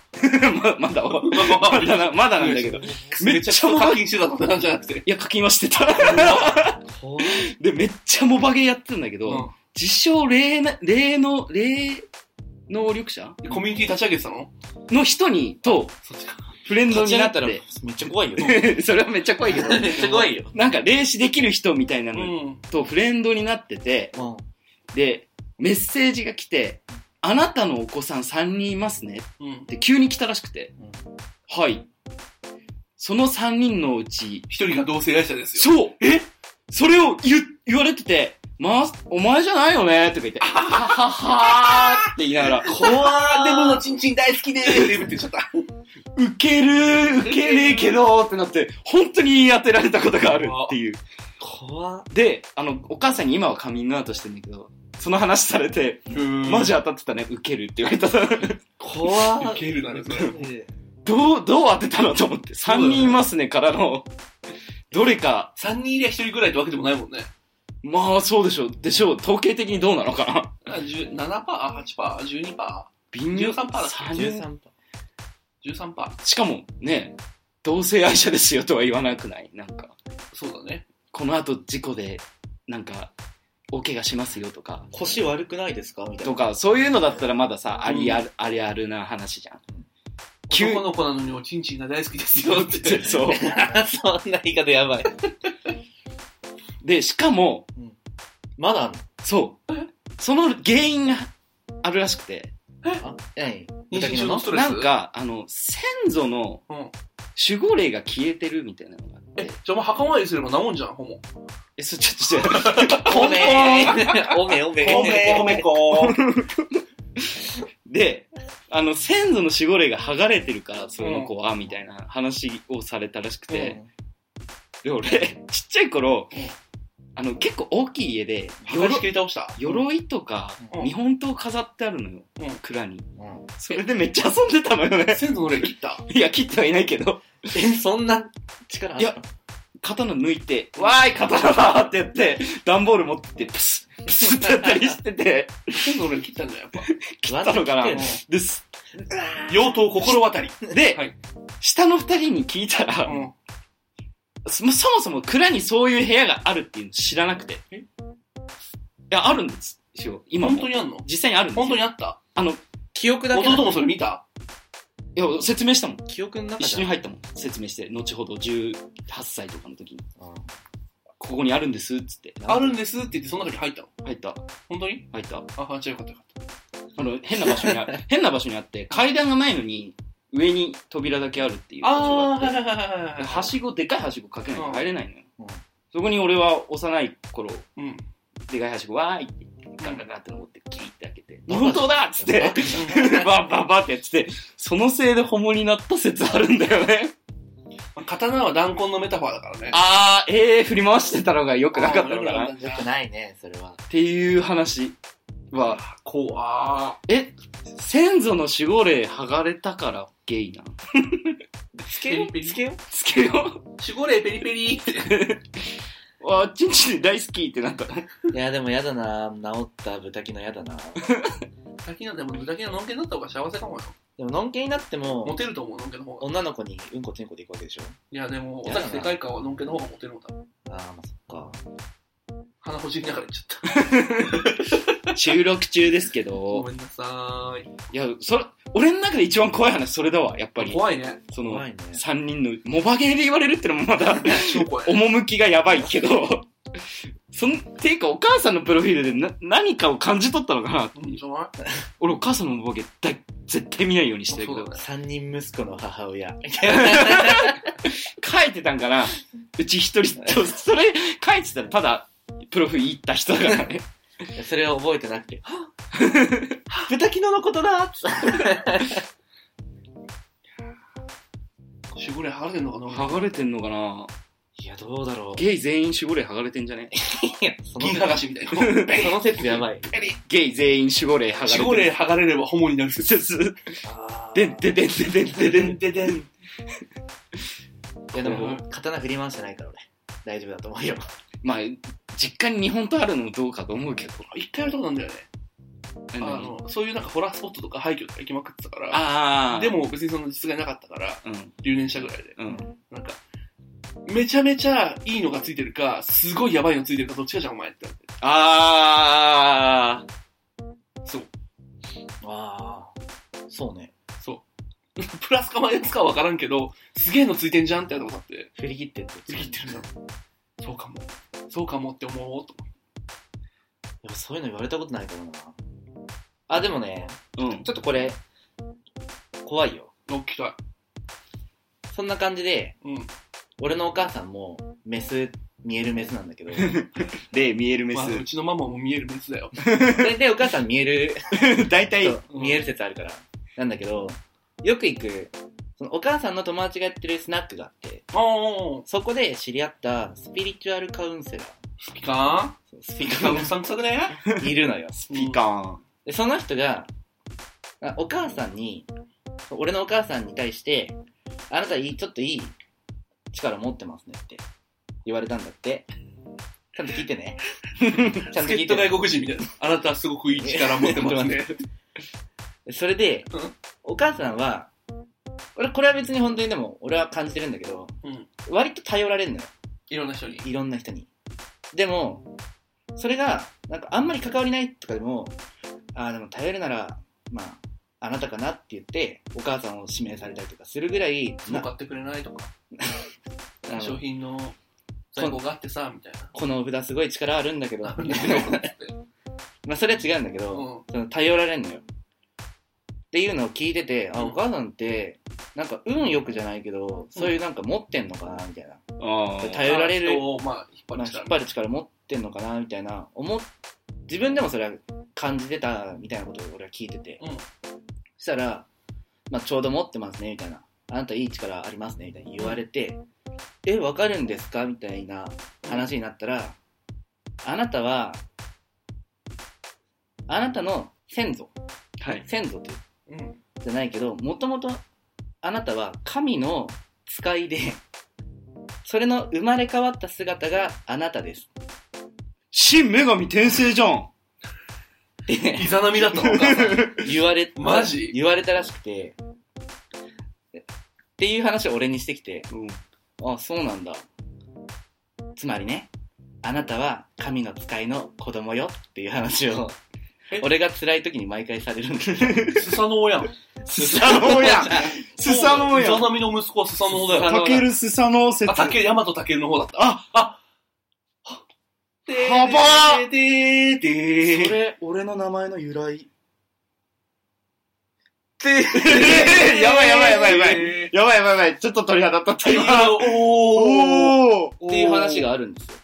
[SPEAKER 2] ままだ、まだな、まだなんだけど。い
[SPEAKER 1] めっちゃ課金してたことなんじゃなくて。
[SPEAKER 2] や、課金はしてた。
[SPEAKER 3] 怖い。
[SPEAKER 2] で、めっちゃモバゲーやってたんだけど、
[SPEAKER 1] うん
[SPEAKER 2] 自称霊な、霊の、霊能力者
[SPEAKER 1] でコミュニティ立ち上げてたの
[SPEAKER 2] の人に、と、
[SPEAKER 1] そっちか。
[SPEAKER 2] フレンド
[SPEAKER 3] 立
[SPEAKER 2] に
[SPEAKER 3] ち上
[SPEAKER 2] な
[SPEAKER 3] が
[SPEAKER 2] っ
[SPEAKER 3] ったら
[SPEAKER 2] て
[SPEAKER 3] め、っちゃ [laughs] 怖いよ。
[SPEAKER 2] [laughs] それはめっちゃ怖いけど、
[SPEAKER 3] めっちゃ怖いよ。
[SPEAKER 2] なんか、霊視できる人みたいな
[SPEAKER 1] う
[SPEAKER 2] の
[SPEAKER 1] ん。
[SPEAKER 2] とフレンドになってて、
[SPEAKER 3] うん。
[SPEAKER 2] で、メッセージが来て、あなたのお子さん3人いますね
[SPEAKER 1] うん
[SPEAKER 2] っ。て急に来たらしくて、
[SPEAKER 3] う
[SPEAKER 2] はい。その3人のうち、
[SPEAKER 1] 一人が同性愛者ですよ。
[SPEAKER 2] そうえそれを言う、言われてて、まあ、お前じゃないよねとか言って、はははーって言いながら、
[SPEAKER 1] 怖ーでものちんちん大好きでーって言ってちゃった。
[SPEAKER 2] ウケるウケねえけどってなって、本当に言い当てられたことがあるっていう。
[SPEAKER 3] 怖っ。
[SPEAKER 2] で、あの、お母さんに今はカミングアウトしてんだけど、その話されて、マジ当たってたね、ウケるって言われた。 [laughs]
[SPEAKER 3] 怖
[SPEAKER 1] ウケるなねそれ
[SPEAKER 3] ええ
[SPEAKER 2] どう、どう当てたのと思って、3人いますねからの、どれか、
[SPEAKER 1] 三人いりゃ一人ぐらいってわけでもないもんね。
[SPEAKER 2] まあそうでしょう、でしょう、統計的にどうなのかな。
[SPEAKER 1] 7%、8%、12%、
[SPEAKER 2] 微妙。
[SPEAKER 1] 13%だっ
[SPEAKER 2] 三人
[SPEAKER 3] 13%。
[SPEAKER 1] 13%。
[SPEAKER 2] しかも、ね、同性愛者ですよとは言わなくないなんか、
[SPEAKER 1] そうだね。
[SPEAKER 2] この後事故で、なんか、大怪我しますよとか、
[SPEAKER 3] 腰悪くないですかみたい
[SPEAKER 2] と
[SPEAKER 3] な。
[SPEAKER 2] か、そういうのだったらまださ、ありあ
[SPEAKER 1] う
[SPEAKER 2] る、ありあるな話じゃん。急
[SPEAKER 1] 男の子なのにおちんちんが大好きですよ [laughs] って。
[SPEAKER 2] [laughs] そう。
[SPEAKER 3] [laughs] そんな言い方やばい。
[SPEAKER 2] で、しかも、
[SPEAKER 3] まだあんの
[SPEAKER 2] そう。その原因があるらしくて、
[SPEAKER 3] あ、ええ。
[SPEAKER 1] 妊娠中のストレス。
[SPEAKER 2] なん、か、あの、先祖の
[SPEAKER 1] うん。
[SPEAKER 2] 守護霊が消えてるみたいなのがあっ
[SPEAKER 1] え
[SPEAKER 2] て、、
[SPEAKER 1] じゃあもう墓参りすれば治んじゃん、ほぼ。
[SPEAKER 2] え、そ、ちょっと、ちょっと、
[SPEAKER 3] おめえおめえおめえ
[SPEAKER 1] めこ
[SPEAKER 2] で、あの、先祖の守護霊が剥がれてるから、その子は、みたいな話をされたらしくて、で、俺、ちっちゃい頃
[SPEAKER 1] うん、
[SPEAKER 2] あの、結構大きい家で、
[SPEAKER 1] 破壊し切り倒した。
[SPEAKER 2] 鎧とか、
[SPEAKER 1] うん
[SPEAKER 2] 日本刀飾ってあるのよ
[SPEAKER 1] うん、
[SPEAKER 2] 蔵に。
[SPEAKER 3] うん
[SPEAKER 2] それでめっちゃ遊んでたのよね。
[SPEAKER 1] 先祖の霊切った。
[SPEAKER 2] [laughs] いや、切ってはいないけど、
[SPEAKER 3] え、そんな力あんの
[SPEAKER 2] いや刀抜いて、わーい、刀だってやって、段ボール持って、プスッ、プスッってやったりしてて、
[SPEAKER 1] 先祖の霊切ったんだよ、やっぱ。
[SPEAKER 2] 切ったのかな
[SPEAKER 3] う。ん
[SPEAKER 2] です。
[SPEAKER 1] 妖刀心渡り。
[SPEAKER 2] で、
[SPEAKER 1] はい
[SPEAKER 2] 下の二人に聞いたら、
[SPEAKER 1] うん。
[SPEAKER 2] そもそもそも蔵にそういう部屋があるっていうの知らなくて。
[SPEAKER 1] え
[SPEAKER 2] いや、あるんですよ。今
[SPEAKER 1] 本
[SPEAKER 2] も
[SPEAKER 1] 当。にあんの
[SPEAKER 2] 実際にあるんですよ
[SPEAKER 1] 本当にあった
[SPEAKER 2] あの、
[SPEAKER 3] 記憶だけなの
[SPEAKER 1] 弟もそれ見た
[SPEAKER 2] いや、説明したもん。
[SPEAKER 3] 記憶の中
[SPEAKER 2] 一緒
[SPEAKER 3] じゃ
[SPEAKER 2] に
[SPEAKER 3] ん
[SPEAKER 2] 入ったもん。説明して、後ほど18歳とかの時に、ここにあるんです、つって。
[SPEAKER 1] あるんですって言ってその中に入ったの。
[SPEAKER 2] 入った、
[SPEAKER 1] 本当に
[SPEAKER 2] 入った。
[SPEAKER 1] あ、あじゃあよかったよかっ
[SPEAKER 2] あの、変な
[SPEAKER 1] [laughs]
[SPEAKER 2] 場所にあ、変な場所にあって、階段がないのに、上に扉だけあるっていう
[SPEAKER 1] た。
[SPEAKER 2] 場所があって。
[SPEAKER 1] はいはいはいはい
[SPEAKER 2] はしご、でかいはしごかけないと入れないのよ。
[SPEAKER 3] うん
[SPEAKER 2] そこに俺は幼い頃、
[SPEAKER 1] うん。うん。
[SPEAKER 2] でかいはしご、わーいって言って、ガンガンガンって登って、キーって開けて、日本刀だっつって、 [laughs] バンバンバンってやってて、そのせいでホモになった説あるんだよね。
[SPEAKER 1] [laughs] 刀は弾痕のメタファーだからね。
[SPEAKER 2] あー、えー、振り回してたのが良くなかったのかな。っ
[SPEAKER 3] よくないね、それは。
[SPEAKER 2] ていう話は、
[SPEAKER 1] 怖
[SPEAKER 2] え、先祖の守護霊剥がれたからゲイなの
[SPEAKER 1] つ
[SPEAKER 3] けよつけよ
[SPEAKER 2] つけよ
[SPEAKER 1] 守護霊ペリペリ
[SPEAKER 2] う。わー、チンチン大好きってなった。
[SPEAKER 3] いや、でもやだな治った豚キノやだな
[SPEAKER 1] 滝なんでもだけののんけになった方が幸せかもよ。
[SPEAKER 3] でも、のんけになって
[SPEAKER 1] モ
[SPEAKER 3] も、
[SPEAKER 1] テると思う、のんけの方が。
[SPEAKER 3] 女の子にうんこちんこで行くわけでしょ
[SPEAKER 1] いや、でも、オタク世界観はのんけの方がモテるもんだ。
[SPEAKER 3] ああ、まあ、そっか。
[SPEAKER 1] 鼻ほじりながら言っちゃった。
[SPEAKER 2] 収録中ですけ
[SPEAKER 1] ご
[SPEAKER 2] [laughs] ど、
[SPEAKER 1] めんなさーい。
[SPEAKER 2] いや、それ、俺の中で一番怖い話それだわ、やっぱり。
[SPEAKER 1] 怖いね。
[SPEAKER 2] その
[SPEAKER 3] 怖、いね。
[SPEAKER 2] 三人の、モバゲーで言われるってのもま [laughs] だ、
[SPEAKER 1] 超怖い。
[SPEAKER 2] 趣がやばいけど、そん、ていうかお母さんのプロフィールでな、何かを感じ取ったのかな
[SPEAKER 1] うん、じゃない
[SPEAKER 2] 俺お母さんのモバゲー大、絶対見ないようにしてるけ
[SPEAKER 1] そう
[SPEAKER 2] ど、
[SPEAKER 1] だね。
[SPEAKER 3] 三人息子の母親。
[SPEAKER 2] 書いてたんかなうち一人と、それ書いてたらただ、プロフィール言った人だからね。
[SPEAKER 3] それを覚えてなくて、 [laughs] はっ豚キノのことだっつって
[SPEAKER 1] 守護霊剥がれてんのかな
[SPEAKER 2] 剥がれてんのかない
[SPEAKER 3] や、どうだろう。
[SPEAKER 2] ゲイ全員守護霊剥がれてんじゃね
[SPEAKER 3] [laughs] いやその
[SPEAKER 1] 銀
[SPEAKER 3] 説
[SPEAKER 1] 剥がしみたいな。
[SPEAKER 3] その説やばい。
[SPEAKER 2] ゲイ全員守護霊剥がれて
[SPEAKER 1] 守
[SPEAKER 2] る。
[SPEAKER 1] 護霊剥がれればホモになる説。
[SPEAKER 2] でんででんでんででんででん。
[SPEAKER 3] いや、でも
[SPEAKER 1] う、
[SPEAKER 3] 刀振り回してないから俺。大丈夫だと思うよ。
[SPEAKER 2] まあ、実家に日本刀あるのもどうかと思うけど。
[SPEAKER 1] 一回やるとこなんだよね。
[SPEAKER 2] あ
[SPEAKER 1] あ
[SPEAKER 2] の
[SPEAKER 1] の、そういうなんかホラースポットとか廃墟とか行きまくってたから。
[SPEAKER 2] あー
[SPEAKER 1] で、も別にその実害なかったから、
[SPEAKER 2] うん、
[SPEAKER 1] 留年したぐらいで。
[SPEAKER 2] うん。
[SPEAKER 1] なんか、めちゃめちゃいいのがついてるか、すごいやばいのついてるか、どっちかじゃん、お前って。
[SPEAKER 2] あー。
[SPEAKER 1] そう。
[SPEAKER 3] あああ、そうね。
[SPEAKER 1] そう。 [laughs] プラスかマイナスかは分からんけど、すげえのついてんじゃんってやったことあって、
[SPEAKER 3] 振り切ってって。
[SPEAKER 1] 振り切ってるんだ。そうかも。そうかもって思おうと思って
[SPEAKER 3] でもそういうの言われたことないからな。あ、でもね、
[SPEAKER 2] うん。
[SPEAKER 3] ちょっとこれ、怖いよ。
[SPEAKER 1] お聞きたい。
[SPEAKER 3] そんな感じで、
[SPEAKER 1] うん。
[SPEAKER 3] 俺のお母さんも、メス、見えるメスなんだ [laughs] けど、
[SPEAKER 2] で、見えるメ
[SPEAKER 1] まあ、う
[SPEAKER 2] ス。
[SPEAKER 1] ちのママも見えるメスだよ。
[SPEAKER 3] 大体お母さん見える、
[SPEAKER 2] 大体、
[SPEAKER 3] そう見える説あるから、なんだけど、よく行く、そのお母さんの友達がやってるスナックがあって、
[SPEAKER 1] ああ、
[SPEAKER 3] そこで知り合ったスピリチュアルカウンセラー、
[SPEAKER 1] スピ [laughs] カ
[SPEAKER 3] そうス
[SPEAKER 1] ー
[SPEAKER 3] ピ
[SPEAKER 1] ス
[SPEAKER 3] リ
[SPEAKER 1] ピ
[SPEAKER 3] チ
[SPEAKER 1] カ
[SPEAKER 3] ュ
[SPEAKER 1] ーうさんくさくね
[SPEAKER 3] アルいるのよ。
[SPEAKER 1] ス
[SPEAKER 2] ピカーン。
[SPEAKER 3] で、その人が、あお母さんに、俺のお母さんに対して、あなたいい、ちょっといい力持ってますねって言われたんだって。ちゃんと聞いて [laughs] ね。ちゃん
[SPEAKER 1] 助
[SPEAKER 3] と
[SPEAKER 1] っ
[SPEAKER 3] 聞いて
[SPEAKER 1] 人
[SPEAKER 3] ね、
[SPEAKER 1] 外国人みたいな。あなたすごくいい力持ってますね。
[SPEAKER 3] それで
[SPEAKER 1] うん、
[SPEAKER 3] お母さんは、俺、これは別に本当にでも、俺は感じてるんだけど、
[SPEAKER 1] うん
[SPEAKER 3] 割と頼られるのよ。
[SPEAKER 1] いろんな人に。
[SPEAKER 3] いろんな人に。でも、それが、なんかあんまり関わりないとかでも、ああ、でも頼るなら、まあ、あなたかなって言って、お母さんを指名されたりとかするぐらい、
[SPEAKER 1] も
[SPEAKER 3] な
[SPEAKER 1] う買ってくれないとか、
[SPEAKER 3] あの
[SPEAKER 1] 商品の在庫があってさ、みたいな。
[SPEAKER 3] このお札すごい力あるんだけど、
[SPEAKER 1] あう
[SPEAKER 3] [laughs] まあそれは違うんだけど、
[SPEAKER 1] ん
[SPEAKER 3] その頼られんのよ。っていうのを聞いてて、あ、
[SPEAKER 1] うん
[SPEAKER 3] お母さんって、なんか運良くじゃないけど、そういうなんか持ってんのかな、みたいな。
[SPEAKER 2] あー
[SPEAKER 3] 頼られる
[SPEAKER 1] 人を、まあ、引っ張る
[SPEAKER 3] まあ、引っ
[SPEAKER 1] 力。
[SPEAKER 3] 張る力持ってんのかなみたいな思っ自分でもそれは感じてたみたいなことを俺は聞いてて、
[SPEAKER 1] うん
[SPEAKER 3] そしたら、まあ、ちょうど持ってますねみたいなあなたいい力ありますねみたいに言われて、えわかるんですかみたいな話になったらあなたはあなたの先祖
[SPEAKER 2] はい。
[SPEAKER 3] 先祖って
[SPEAKER 1] うん。
[SPEAKER 3] じゃないけどもともとあなたは神の使いでそれの生まれ変わった姿があなたです
[SPEAKER 2] 新女神転生じゃん
[SPEAKER 3] [laughs] って
[SPEAKER 1] いざなみだったのお母さん
[SPEAKER 3] 言われ、
[SPEAKER 1] マジ
[SPEAKER 3] 言われたらしくて、っていう話を俺にしてきて、
[SPEAKER 2] うん。
[SPEAKER 3] あ、そうなんだ。つまりね、あなたは神の使いの子供よっていう話を
[SPEAKER 1] え、
[SPEAKER 3] 俺が辛い時に毎回さ
[SPEAKER 2] [laughs]
[SPEAKER 3] れるんだけど。
[SPEAKER 1] スサノオやん。
[SPEAKER 2] スサノ
[SPEAKER 1] [laughs]
[SPEAKER 2] オやんスサノオ
[SPEAKER 1] イ
[SPEAKER 2] や
[SPEAKER 1] ザ
[SPEAKER 2] ん
[SPEAKER 1] ナミの息子はスサノオだよ。
[SPEAKER 3] スサノ
[SPEAKER 2] タケルスサノオ説
[SPEAKER 1] あ、。タケル、ヤマトタケルの方だった。
[SPEAKER 2] あ
[SPEAKER 1] あ
[SPEAKER 2] は
[SPEAKER 1] で
[SPEAKER 2] ば
[SPEAKER 1] ーでーでー
[SPEAKER 2] れ、俺の名前の由来。
[SPEAKER 1] でー
[SPEAKER 2] [laughs] やばいやばいやばいやばい
[SPEAKER 1] い。
[SPEAKER 2] やばいやばいやばい、ちょっと鳥肌立った今。
[SPEAKER 1] おー。
[SPEAKER 2] おー
[SPEAKER 1] っ
[SPEAKER 3] っていう話。があるんですよ。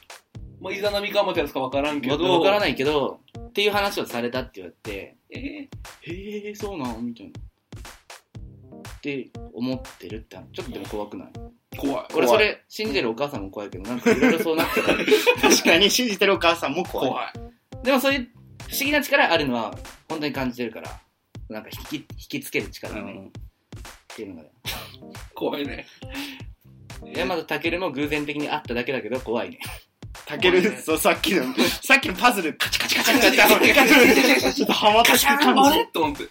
[SPEAKER 1] まあ、イザナミかアマテラスかわからんけ
[SPEAKER 3] ま
[SPEAKER 1] ど。
[SPEAKER 3] だわから
[SPEAKER 1] い。
[SPEAKER 3] ないけど、っていう話をされたって言われて、
[SPEAKER 1] え
[SPEAKER 3] へえ、そうなのみたいな。って思ってるって、ちょっとでも怖くない
[SPEAKER 1] ー怖い。
[SPEAKER 3] 俺それ信じてるお母さんも怖いけど、なんかいろいろそうなってた。
[SPEAKER 2] 確かに信じてるお母さんも怖い。
[SPEAKER 1] 怖い。
[SPEAKER 3] [laughs] でもそういう不思議な力あるのは本当に感じてるから、なんか引き、引きつける力
[SPEAKER 2] う
[SPEAKER 3] ね、
[SPEAKER 2] ん
[SPEAKER 3] っていうのがね。
[SPEAKER 1] 怖いね。
[SPEAKER 3] 山田健も偶然的に会っただけだけど怖いね。 [laughs]
[SPEAKER 2] タケル、そう、さっきの、さっきのパズル、カチカチカチカチカチカチちょっとハマった
[SPEAKER 1] 確か
[SPEAKER 2] 感
[SPEAKER 1] に、あ
[SPEAKER 2] じ
[SPEAKER 1] れ。って思って。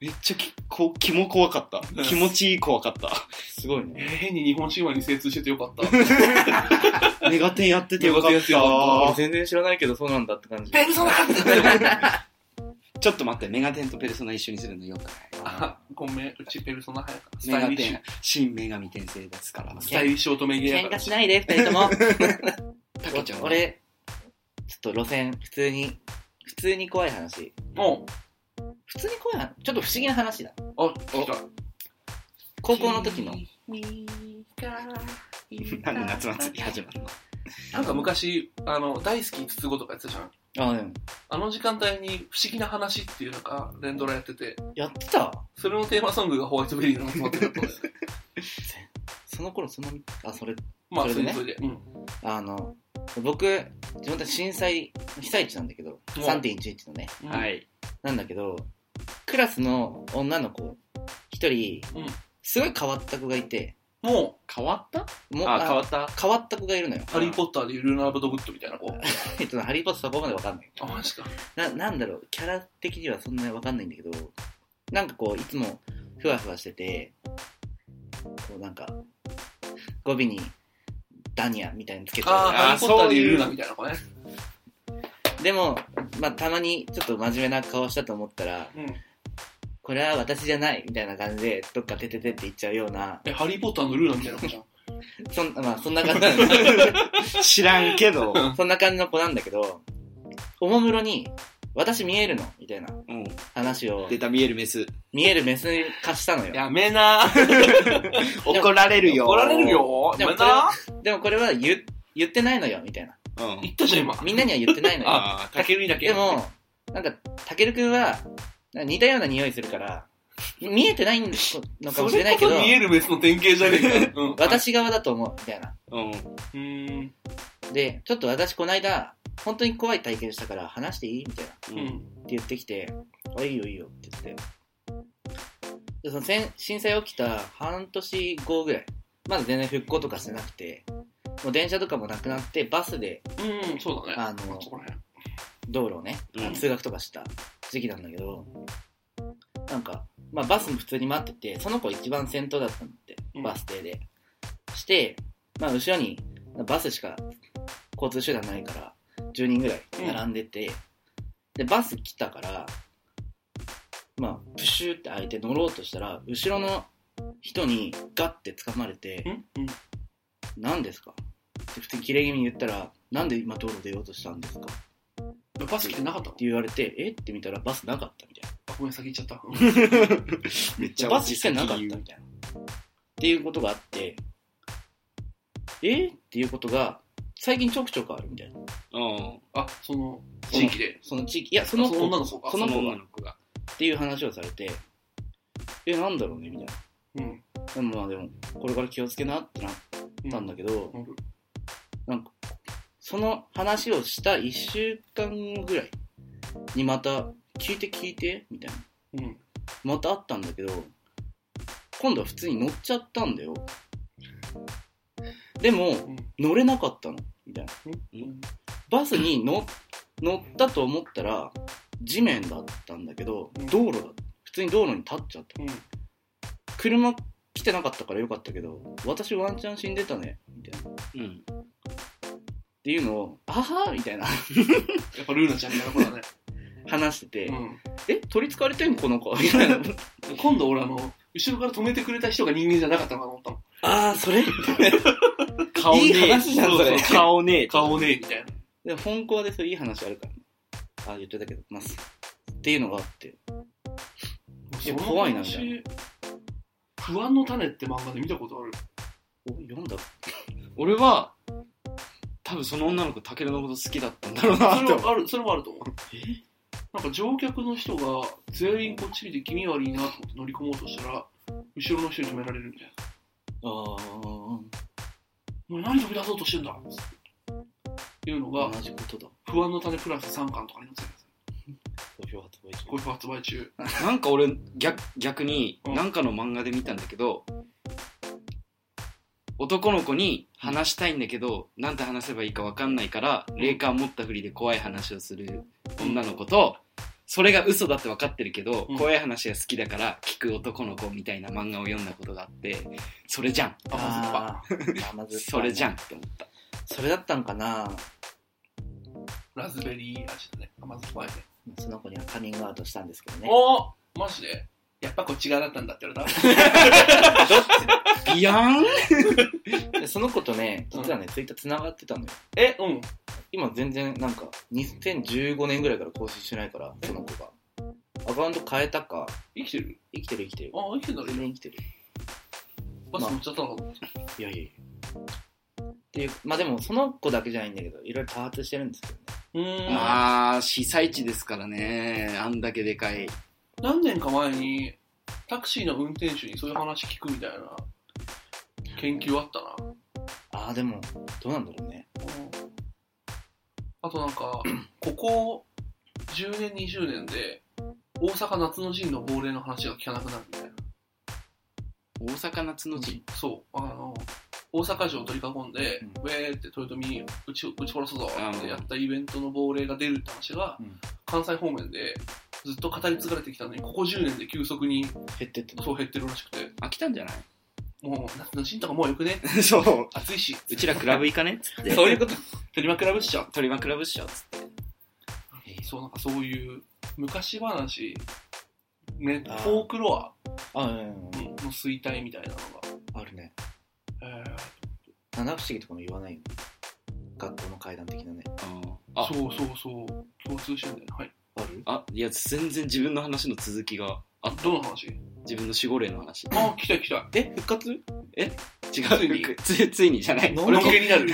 [SPEAKER 2] めっちゃき、こう、気も怖かった
[SPEAKER 1] う。ん
[SPEAKER 2] 気持ちいい怖かった。
[SPEAKER 3] すごい
[SPEAKER 1] え
[SPEAKER 3] ね。
[SPEAKER 1] ー変に日本神話に精通しててよかった。 [laughs]
[SPEAKER 2] メガテンやっててよかっ
[SPEAKER 1] メガテンやってよ
[SPEAKER 3] 俺
[SPEAKER 2] た。
[SPEAKER 3] 全然知らないけどそうなんだって感じ。
[SPEAKER 1] ペルソナ
[SPEAKER 2] ちょっと待って、メガテンとペルソナ一緒にするのよくない。
[SPEAKER 1] あ、ごめん、うちペルソナ早かった。ス
[SPEAKER 2] メ
[SPEAKER 1] タ
[SPEAKER 2] [laughs]
[SPEAKER 1] イ
[SPEAKER 2] ガ
[SPEAKER 1] リッ
[SPEAKER 2] テ
[SPEAKER 1] シュ
[SPEAKER 2] ン。、新女神転生ですから。
[SPEAKER 1] スタイリッシュ乙女芸や
[SPEAKER 3] [laughs] 喧
[SPEAKER 1] か
[SPEAKER 3] 嘩
[SPEAKER 1] ら。
[SPEAKER 3] しないで、二人と [laughs] も。
[SPEAKER 2] タケちゃんは、
[SPEAKER 3] 俺、ちょっと路線、普通に、普通に怖い話。
[SPEAKER 1] も
[SPEAKER 3] 普通に怖い話ちょっと不思議な話だ。
[SPEAKER 1] う、あ、来た。
[SPEAKER 3] 高校の時の。
[SPEAKER 2] [laughs] なんで夏祭り始まるの
[SPEAKER 1] なんか昔、あの、大好き筒子とかやってたじゃん。
[SPEAKER 3] あ、うん。
[SPEAKER 1] あの時間帯に不思議な話っていうなんか、連ドラやってて、
[SPEAKER 3] やってた
[SPEAKER 1] それのテーマソングがホワイトベリーの集まってたと思うよ
[SPEAKER 2] [laughs]
[SPEAKER 3] その頃そんなに、あ、それ、
[SPEAKER 1] まあ、
[SPEAKER 3] そ
[SPEAKER 1] そ
[SPEAKER 3] れで
[SPEAKER 1] れ
[SPEAKER 3] ね
[SPEAKER 1] でそれで。うん。
[SPEAKER 3] あの、僕、自分たち震災、被災地なんだけど、3.11のね。
[SPEAKER 1] うん
[SPEAKER 2] はい。
[SPEAKER 3] なんだけど、クラスの女の子、一人、
[SPEAKER 1] うん
[SPEAKER 3] すごい変わった子がいて、
[SPEAKER 1] も
[SPEAKER 2] 変わった
[SPEAKER 3] もう
[SPEAKER 2] あ、変わ
[SPEAKER 3] っ
[SPEAKER 2] った
[SPEAKER 3] 変わった子がいるのよ
[SPEAKER 1] う、。ハリーポッターでルナーブドグッドみたいな子。
[SPEAKER 3] えっと、ハリーポッターそこまでわかんない。
[SPEAKER 1] あ、マ
[SPEAKER 2] [laughs]
[SPEAKER 1] ジか。
[SPEAKER 3] な、なんだろう、キャラ的にはそんなにわかんないんだけど、なんかこう、いつも、ふわふわしてて、こうなんか、語尾に、ダニアみたいにつけてる
[SPEAKER 1] ああ、ハリーポッター
[SPEAKER 2] そう
[SPEAKER 1] で
[SPEAKER 2] いう
[SPEAKER 1] ルナみたいな子ね。
[SPEAKER 3] でも、まあ、たまにちょっと真面目な顔したと思ったら、
[SPEAKER 1] うん。
[SPEAKER 3] これは私じゃないみたいな感じで、どっかてててって言っちゃうような、
[SPEAKER 1] え、ハリーポッターのルーナみたいな子じゃん。
[SPEAKER 3] そん,、まあ、そんな
[SPEAKER 1] [laughs]
[SPEAKER 3] 感じなんだ
[SPEAKER 2] 知らんけ [laughs] ど。
[SPEAKER 3] そんな感じの子なんだけど、おもむろに、私見えるのみたいな
[SPEAKER 2] うん。
[SPEAKER 3] 話を
[SPEAKER 2] 出、た見えるメス。
[SPEAKER 3] 見えるメスに貸したのよ。
[SPEAKER 1] やめな
[SPEAKER 2] 怒られるよ。
[SPEAKER 1] [laughs] 怒られる。よ
[SPEAKER 3] で
[SPEAKER 1] や
[SPEAKER 3] も
[SPEAKER 1] め
[SPEAKER 3] それは
[SPEAKER 1] な
[SPEAKER 3] でもこれは言う言ってないのよ、みたいな。
[SPEAKER 2] うん。
[SPEAKER 1] 言ったじゃん、今。
[SPEAKER 3] みんなには言ってないのよ。
[SPEAKER 2] あ
[SPEAKER 1] タケルにだけ。
[SPEAKER 3] で、も、なんか、たけるくんは、なんか似たような匂いするから、見えてないのか
[SPEAKER 1] そ
[SPEAKER 3] もしれな
[SPEAKER 1] れ
[SPEAKER 3] いけ
[SPEAKER 1] こ
[SPEAKER 3] ど
[SPEAKER 1] そ、見えるメスの典型じゃねえか。うん。
[SPEAKER 3] 私側だと思う、みたいな。
[SPEAKER 2] あ。うん。
[SPEAKER 1] うーん。
[SPEAKER 3] で、ちょっと私この間、本当に怖い体験したから話していいみたいな。って
[SPEAKER 1] うん。
[SPEAKER 3] 言ってきて、あ、いいよいいよって言って。で、その先震災起きた半年後ぐらい、まだ全然復興とかしてなくて、もう電車とかもなくなって、バスで、
[SPEAKER 1] うん、そうだね。
[SPEAKER 3] あの、
[SPEAKER 1] そこら辺。
[SPEAKER 3] 道路をね、
[SPEAKER 2] うん
[SPEAKER 3] 通学とかした時期なんだけど、なんか、まあバスも普通に待ってて、その子一番先頭だったんだって
[SPEAKER 1] う、ん
[SPEAKER 3] バス停で。して、まあ後ろにバスしか交通手段ないから、10人ぐらい並んでて、で、バス来たから、まあ、プシューって開いて乗ろうとしたら、後ろの人にガッて掴まれて、
[SPEAKER 1] うんうん。
[SPEAKER 3] 何ですかって普通に切れ気味に言ったら、なんで今道路出ようとしたんですか
[SPEAKER 1] バス来てなかったの
[SPEAKER 3] って言われて、えって見たらバスなかったみたい
[SPEAKER 1] あごめん、先行っちゃった。
[SPEAKER 2] [laughs]
[SPEAKER 3] [laughs]
[SPEAKER 2] めっち
[SPEAKER 3] な。
[SPEAKER 2] ゃ
[SPEAKER 3] バスしかなかったみ
[SPEAKER 2] 言
[SPEAKER 3] たいうな。っていうことがあって、えっていうことが、最近ちょくちょくあるみたいな。
[SPEAKER 2] うん。
[SPEAKER 1] あ、その、地域で。
[SPEAKER 3] その地域、いや、そ
[SPEAKER 1] そ
[SPEAKER 3] の
[SPEAKER 1] の
[SPEAKER 3] 子
[SPEAKER 1] 女の子か。
[SPEAKER 3] その子
[SPEAKER 2] 女
[SPEAKER 3] が
[SPEAKER 2] の子が。
[SPEAKER 3] っていう話をされて、え、なんだろうねみたいな。
[SPEAKER 1] うん。
[SPEAKER 3] でもまあでも、これから気をつけなってなっ
[SPEAKER 1] う
[SPEAKER 3] たんだけど、
[SPEAKER 1] うん
[SPEAKER 3] なんか、その話をした1週間後ぐらいにまた、聞いて聞いてみたいな。
[SPEAKER 1] うん。
[SPEAKER 3] またあったんだけど今度は普通に乗っちゃったんだよでも
[SPEAKER 1] うん。
[SPEAKER 3] 乗れなかったのみたいな
[SPEAKER 1] うん
[SPEAKER 3] バスに乗乗ったと思ったら地面だったんだけど
[SPEAKER 1] うん
[SPEAKER 3] 道路だ普通に道路に立っちゃっ
[SPEAKER 1] うん。
[SPEAKER 3] た車来てなかったからよかったけど私ワンチャン死んでたねみたいなっ
[SPEAKER 2] うん。
[SPEAKER 3] ていうのをあはーみたいな [laughs]
[SPEAKER 1] やっぱルーナちゃんみたいな子だね。
[SPEAKER 3] 話してて、
[SPEAKER 1] う
[SPEAKER 3] え取りつかれてんのこの子 [laughs] みたいな
[SPEAKER 1] ん。今度俺あの、後ろから止めてくれた人が人間じゃなかったのかと思ったの。
[SPEAKER 3] ああそれ
[SPEAKER 2] 顔ねえ。
[SPEAKER 3] いい話じゃんそれ
[SPEAKER 2] うう [laughs] 顔ねえ。
[SPEAKER 1] 顔ねえみたいな。
[SPEAKER 3] [laughs] でも本校でそういい話あるからね。あ、言ってたけど、ます。っていうのがあって。いや怖いなみたい
[SPEAKER 1] な。不安の種って漫画で見たことある。
[SPEAKER 3] お、読んだ
[SPEAKER 2] 俺は、多分その女の子、タケルのこと好きだったんだろうな
[SPEAKER 1] そ
[SPEAKER 2] と
[SPEAKER 1] れ
[SPEAKER 2] 思う。
[SPEAKER 1] もある、それもあると思う。なんか乗客の人が全員こっち見て気味悪いなと思って乗り込もうとしたら、後ろの人に止められるみたいな。
[SPEAKER 3] ああ、
[SPEAKER 1] お前何飛び出そうとしてんだっつっていうのが、
[SPEAKER 3] 同じことだ。
[SPEAKER 1] 不安の種プラス3巻とかに載ってるんですよ。
[SPEAKER 3] 好評発売
[SPEAKER 1] こういう発売中。
[SPEAKER 2] なんか俺、逆、逆に、
[SPEAKER 1] うん
[SPEAKER 2] なんかの漫画で見たんだけど、男の子に話したいんだけど、なんて話せばいいかわかんないから、霊感持ったふりで怖い話をする女の子と、それが嘘だって分かってるけど、
[SPEAKER 1] うん
[SPEAKER 2] 怖い話が好きだから聞く男の子みたいな漫画を読んだことがあって、それじゃん。
[SPEAKER 1] あ
[SPEAKER 3] あー、甘酸っぱい
[SPEAKER 2] それじゃんって思った。
[SPEAKER 3] それだったんかな
[SPEAKER 1] ラズベリー味だね。甘酸っぱいね。
[SPEAKER 3] その子にはカミングアウトしたんですけどね。
[SPEAKER 1] おおマジでやっぱこっち側だったんだって言われた。
[SPEAKER 2] ビヤーン
[SPEAKER 3] でその子とね、実はね、ツイッター繋がってたのよ。
[SPEAKER 1] え、うん。
[SPEAKER 3] 今全然なんか、2015年ぐらいから更新してないから、その子が。アカウント変えたか、
[SPEAKER 1] 生きてる
[SPEAKER 3] 生きてる生きてる
[SPEAKER 1] あ。あ、生きてんだ
[SPEAKER 3] 全
[SPEAKER 1] ね。
[SPEAKER 3] 然生きてる。
[SPEAKER 1] バス乗っちゃったのかと思っ
[SPEAKER 3] いやいやいや。っていう、まあでもその子だけじゃないんだけど、いろいろ多発してるんですけどね。
[SPEAKER 1] た。うーん。
[SPEAKER 2] まあ、被災地ですからね。あんだけでかい。
[SPEAKER 1] 何年か前にタクシーの運転手にそういう話聞くみたいな研究あったな、
[SPEAKER 3] ああ、でも、どうなんだろうね。
[SPEAKER 1] あとなんか [clears throat] ここ10年20年で大阪夏の陣の亡霊の話が聞かなくなるみたいな
[SPEAKER 2] 大阪夏の陣。
[SPEAKER 1] そうあの大阪城を取り囲んで、
[SPEAKER 3] うん
[SPEAKER 1] ウェーって豊臣に撃ち撃ち殺すぞってやったイベントの亡霊が出るって話が、
[SPEAKER 3] うん
[SPEAKER 1] 関西方面でずっと語り継がれてきたのにここ10年で急速に
[SPEAKER 3] 減ってってね
[SPEAKER 1] そう減ってるらしくて
[SPEAKER 2] 飽きたんじゃな
[SPEAKER 1] もう夏の陣とかもうよくね
[SPEAKER 2] い [laughs] そう。
[SPEAKER 1] 暑いし
[SPEAKER 2] うちらクラブ行かねっつって。
[SPEAKER 3] そういうこと。
[SPEAKER 1] 取りまくらぶっしちゃう
[SPEAKER 2] 取りまクラブっしょっつって。
[SPEAKER 1] そうなんかそういう昔話ね、フ
[SPEAKER 3] あー
[SPEAKER 1] ォークロア
[SPEAKER 3] あ、うん。
[SPEAKER 1] の衰退みたいなのが。
[SPEAKER 3] あるね。
[SPEAKER 1] え
[SPEAKER 3] 七不思議とかも言わないよ。学校の階段的なね。
[SPEAKER 2] あ
[SPEAKER 1] ーそうそうそう。共通してんだよ。はい。
[SPEAKER 3] ある
[SPEAKER 2] あいや全然自分の話の続きがあった
[SPEAKER 1] どの話
[SPEAKER 2] 自分の守護霊の話
[SPEAKER 1] あ、来た来た。
[SPEAKER 3] え、復活
[SPEAKER 2] 違
[SPEAKER 1] ついに [laughs]
[SPEAKER 2] うつついにじゃない
[SPEAKER 3] の
[SPEAKER 1] のんけになる。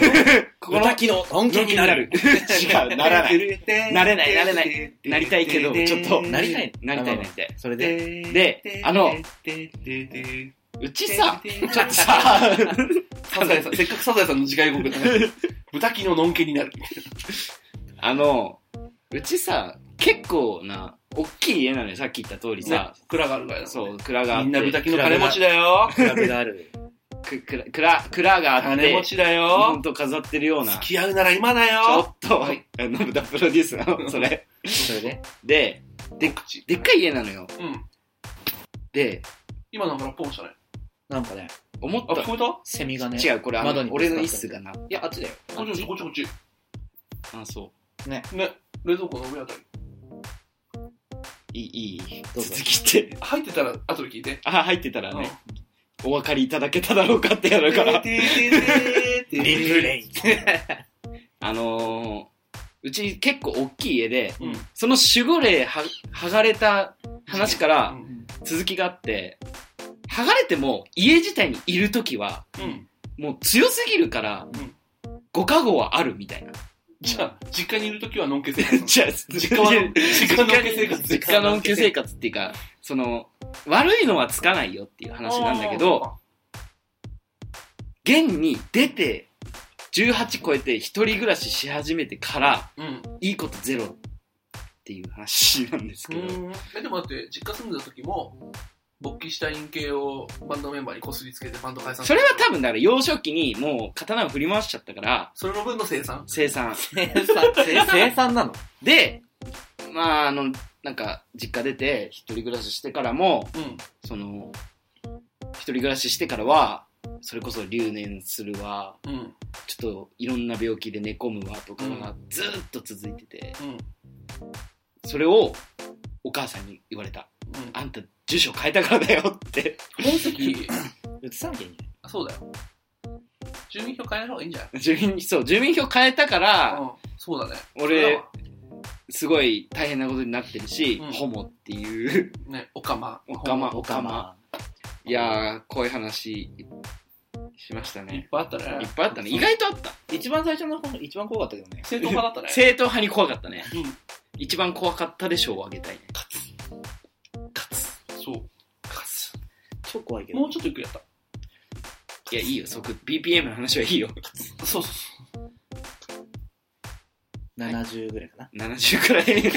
[SPEAKER 2] こ
[SPEAKER 3] こ
[SPEAKER 2] の
[SPEAKER 3] の機能、本気にな
[SPEAKER 2] [laughs]
[SPEAKER 3] る。
[SPEAKER 2] 違うなら
[SPEAKER 1] [laughs]
[SPEAKER 2] ない
[SPEAKER 1] れて
[SPEAKER 2] なれないなれな
[SPEAKER 1] [laughs]
[SPEAKER 2] なりたいけどちょっと
[SPEAKER 3] なりたい
[SPEAKER 2] なりたいなりたい
[SPEAKER 3] それで、
[SPEAKER 1] で
[SPEAKER 2] であの、
[SPEAKER 1] ででで
[SPEAKER 2] うちさ
[SPEAKER 1] で
[SPEAKER 2] ちょっとさ [laughs]
[SPEAKER 1] サザエさん、せっかくサザエさんの次回僕だね。豚キののんけになる。
[SPEAKER 2] あのうちさ結構な大きい家なのよさっき言った通りさ、
[SPEAKER 1] 蔵があるから
[SPEAKER 2] そう蔵があっ
[SPEAKER 1] み
[SPEAKER 2] て
[SPEAKER 1] んな豚キの金持ちだよ。
[SPEAKER 3] クラブがある。
[SPEAKER 2] くくら蔵蔵があっ
[SPEAKER 1] 金
[SPEAKER 2] て
[SPEAKER 1] 持ちだ
[SPEAKER 2] ほん
[SPEAKER 1] よ。
[SPEAKER 2] と飾ってるような
[SPEAKER 1] 付き合うなら今だ
[SPEAKER 2] ちょ
[SPEAKER 1] よ。
[SPEAKER 2] っと、
[SPEAKER 1] はい
[SPEAKER 2] あの豚プロデュースなの、それ。
[SPEAKER 3] [laughs] それで、
[SPEAKER 2] [laughs] で、
[SPEAKER 1] で口。
[SPEAKER 2] でっかい家なのよ。
[SPEAKER 1] うん。
[SPEAKER 2] で、
[SPEAKER 1] 今のほらポンしたね。
[SPEAKER 3] なんかね、
[SPEAKER 2] 思っ
[SPEAKER 1] あ、聞こえた
[SPEAKER 3] セミがね。
[SPEAKER 2] た。違う、これ、あの
[SPEAKER 3] 窓にぶつ
[SPEAKER 2] 俺
[SPEAKER 3] かった
[SPEAKER 2] の一室だな。い
[SPEAKER 3] いや、あっちだよ。
[SPEAKER 1] こっちこっちこっち。
[SPEAKER 2] あ、そ
[SPEAKER 1] ね、冷蔵庫の上あたり。
[SPEAKER 2] う。いい、いい。
[SPEAKER 3] どうぞ
[SPEAKER 2] 続きって。
[SPEAKER 1] 入ってたら後で聞いて。
[SPEAKER 2] あ、入ってたらね、お分かりいただけただろうかってや
[SPEAKER 1] う
[SPEAKER 2] る
[SPEAKER 1] ん
[SPEAKER 2] [laughs] から。
[SPEAKER 1] てーてーてーてー
[SPEAKER 3] リングレイ。
[SPEAKER 2] あのー、うち結構大きい家で、
[SPEAKER 1] うん
[SPEAKER 2] その守護霊は、剥がれた話か
[SPEAKER 1] う
[SPEAKER 2] ら
[SPEAKER 1] ん
[SPEAKER 2] 続きがあって、剥がれても家自体にいるときは、
[SPEAKER 1] うん。
[SPEAKER 2] もう強すぎるから
[SPEAKER 1] ん、
[SPEAKER 2] ご加護はあるみ [laughs] たいな。
[SPEAKER 1] じゃあ、実家にいるときはのんけ生活。
[SPEAKER 2] じゃあ、
[SPEAKER 1] [laughs] 実家は、実家のんけ生活。
[SPEAKER 2] 実家の恩恵生活っていうか、その、悪いのはつかないよっていう話なんだけど、現に出て、18超えて一人暮らしし始めてから、
[SPEAKER 1] あー、うん。
[SPEAKER 2] いいことゼロっていう話なんですけど、
[SPEAKER 1] えでもだって実家住んでた時も勃起した陰茎をバンドメンバーにこすりつけてバンド解散
[SPEAKER 2] それは
[SPEAKER 1] 分
[SPEAKER 2] 多分だから幼少期にもう刀を振り回しちゃったから、
[SPEAKER 1] それの分の生産
[SPEAKER 2] 生産。
[SPEAKER 3] 生産、 [laughs] 生産なの
[SPEAKER 2] で、まああの、なんか、実家出て一人暮らししてからも、
[SPEAKER 1] うん
[SPEAKER 2] その、一人暮らししてからは、それこそ留年するわ、
[SPEAKER 1] うん
[SPEAKER 2] ちょっといろんな病気で寝込むわとかがずーっと続いてて、
[SPEAKER 1] うん
[SPEAKER 2] それをお母さんに言われた。
[SPEAKER 1] うん
[SPEAKER 2] あんた住所変えたからだよって。 [laughs]
[SPEAKER 1] 本籍
[SPEAKER 3] 移さなきゃいいんじ
[SPEAKER 1] あそうだよ住民票変えない方がいいんじゃない
[SPEAKER 2] 住民、そう、住民票変えたから、
[SPEAKER 1] うんそうだね
[SPEAKER 2] 俺、すごい大変なことになってるし、
[SPEAKER 1] うん
[SPEAKER 2] ホモっていう。
[SPEAKER 1] それはねおかま
[SPEAKER 2] オカマ、
[SPEAKER 3] ゃん
[SPEAKER 2] オカマ。。いやー、こういう話しました
[SPEAKER 1] いっ
[SPEAKER 2] ね。
[SPEAKER 1] ぱいあったね
[SPEAKER 2] いっぱいあったね。意外とあった。
[SPEAKER 3] 一番最初の方、一番怖かったけどね。
[SPEAKER 1] 正統派だったね
[SPEAKER 2] 正統派に怖かったね。
[SPEAKER 1] うん
[SPEAKER 2] 一番怖かったで賞をあげたいね。
[SPEAKER 1] そう
[SPEAKER 3] 超怖いけど。
[SPEAKER 1] もうちょっとゆっくりやっ
[SPEAKER 2] いや、いいよ、即 BPM の話はいいよ。
[SPEAKER 1] たそうそうそ
[SPEAKER 3] 70ぐらいかなっ
[SPEAKER 2] 70く
[SPEAKER 1] [laughs]
[SPEAKER 2] らい。
[SPEAKER 1] う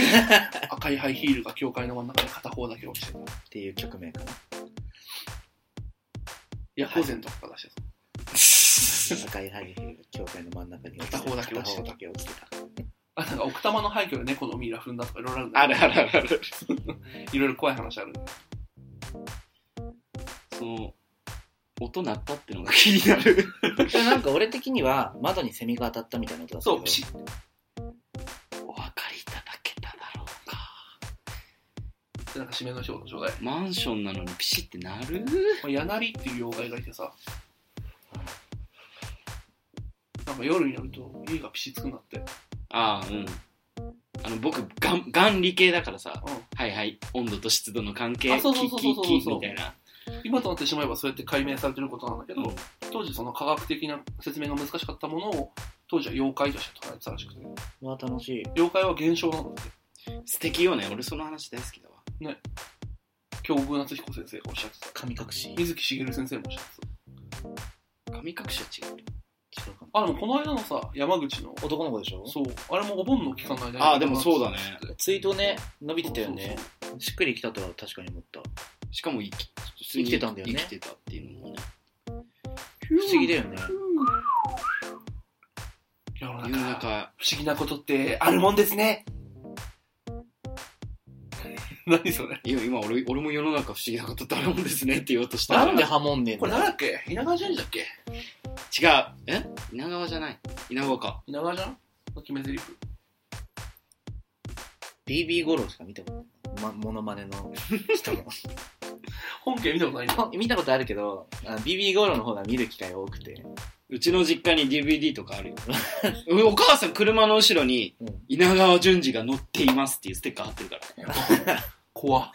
[SPEAKER 1] 赤いハイヒールが教会の真ん中に片方だけ落ちてた
[SPEAKER 3] ていう曲名かな。
[SPEAKER 1] 夜行膳とか出してた
[SPEAKER 3] 赤いハイヒールが教会の真ん中に落ちてた。
[SPEAKER 1] 片方だけ落ちてた
[SPEAKER 3] 片方だけ落ちてた。
[SPEAKER 1] あなんか奥多摩の廃墟で猫のミイラ踏んだとかいろいろあるんだ
[SPEAKER 2] あ
[SPEAKER 1] け
[SPEAKER 2] る
[SPEAKER 1] ど
[SPEAKER 2] あるあ
[SPEAKER 1] [laughs]
[SPEAKER 2] る。
[SPEAKER 1] いろいろ怖い話ある
[SPEAKER 2] その、音鳴ったってのが気になる。
[SPEAKER 3] でもなんか俺的には、窓にセミが当たったみたいな音だったけ
[SPEAKER 1] そ
[SPEAKER 3] ど。
[SPEAKER 1] うピシッ
[SPEAKER 2] お分かりいただけただろうか。
[SPEAKER 1] てなんか締めの仕事ちょうだい
[SPEAKER 2] マンションなのにピシって鳴る
[SPEAKER 1] まあやなりっていう妖怪がいてさ、なんか夜になると家がピシつくなって、
[SPEAKER 2] ああ、うん。あの、僕、がん、眼理系だからさ、
[SPEAKER 1] う
[SPEAKER 2] はいはい、温度と湿度の関係、
[SPEAKER 1] あそうそうそうそうそう
[SPEAKER 2] キッキッキッみたいな。
[SPEAKER 1] ん、今となってしまえばそうやって解明されてることなんだけど、
[SPEAKER 2] うん
[SPEAKER 1] 当時その科学的な説明が難しかったものを当時は妖怪として捉えてたらしくて
[SPEAKER 3] うわ、楽しい。
[SPEAKER 1] 妖怪は現象なんだって
[SPEAKER 2] 素敵よね。俺その話大好きだわ。
[SPEAKER 1] 京極夏彦先生がおっしゃってた
[SPEAKER 3] 神隠し。違
[SPEAKER 1] 水木しげる先生もおっしゃってた
[SPEAKER 2] 神隠しは違う。
[SPEAKER 3] うかな。
[SPEAKER 1] あでもこの間のさ山口の
[SPEAKER 3] 男の子でしょ
[SPEAKER 1] そうあれもお盆の期間の間に
[SPEAKER 2] あーでもそうだね
[SPEAKER 3] ツイートね、伸び
[SPEAKER 1] 見
[SPEAKER 3] てたよね。しっくりきたとは確かに思った。
[SPEAKER 2] しかも生き、普通
[SPEAKER 3] 生
[SPEAKER 2] に
[SPEAKER 3] きてたんだよね
[SPEAKER 2] 生きてたっていうのもね。
[SPEAKER 3] 不思議だよね。
[SPEAKER 1] 世の
[SPEAKER 2] 世の
[SPEAKER 1] 中
[SPEAKER 2] 中、
[SPEAKER 1] 不思議なことってあるもんですね [laughs] 何それ
[SPEAKER 2] いや、今俺、俺も世の中不思議なことってあるもんですねって言おうとしたら
[SPEAKER 3] なんでハモんねん
[SPEAKER 1] これ
[SPEAKER 3] だ
[SPEAKER 1] 誰だっけ稲川淳二だっけ
[SPEAKER 2] 違う。え稲川じゃない。稲川か。
[SPEAKER 1] 稲川じゃんの決め台詞。
[SPEAKER 3] BB 五郎しか見たことない。ま、モノマネの人も。
[SPEAKER 1] 本家見たことないな。
[SPEAKER 3] 見たことあるけど、あ BB 五郎の方が見る機会多くて。
[SPEAKER 2] うちの実家に DVD とかあるよ。 [laughs] お母さん車の後ろに
[SPEAKER 3] うん、
[SPEAKER 2] 稲川淳二が乗っていますっていうステッカー貼ってるから。
[SPEAKER 1] [laughs] 怖っ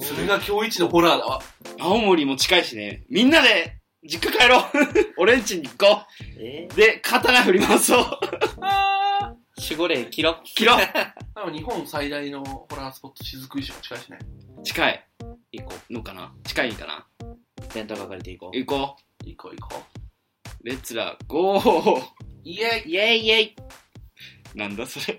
[SPEAKER 1] それが今日一のホラーだわ。
[SPEAKER 2] 青森も近いしね、みんなで実家帰ろう [laughs] 俺んちに行こ
[SPEAKER 3] え
[SPEAKER 2] うで、刀振り回そう
[SPEAKER 3] 守護霊、キロ
[SPEAKER 2] 切ろ
[SPEAKER 1] 多分日本最大のホラースポット、雫石も近いしね。
[SPEAKER 2] う近い
[SPEAKER 3] 行こ
[SPEAKER 2] のかな近いかな
[SPEAKER 3] う。レンタカー借りて行こ
[SPEAKER 2] 行こ
[SPEAKER 1] 行こう行こ
[SPEAKER 2] うレッツラゴー
[SPEAKER 1] う。イエイ
[SPEAKER 3] う。イェイイェイ
[SPEAKER 2] なんだそれ。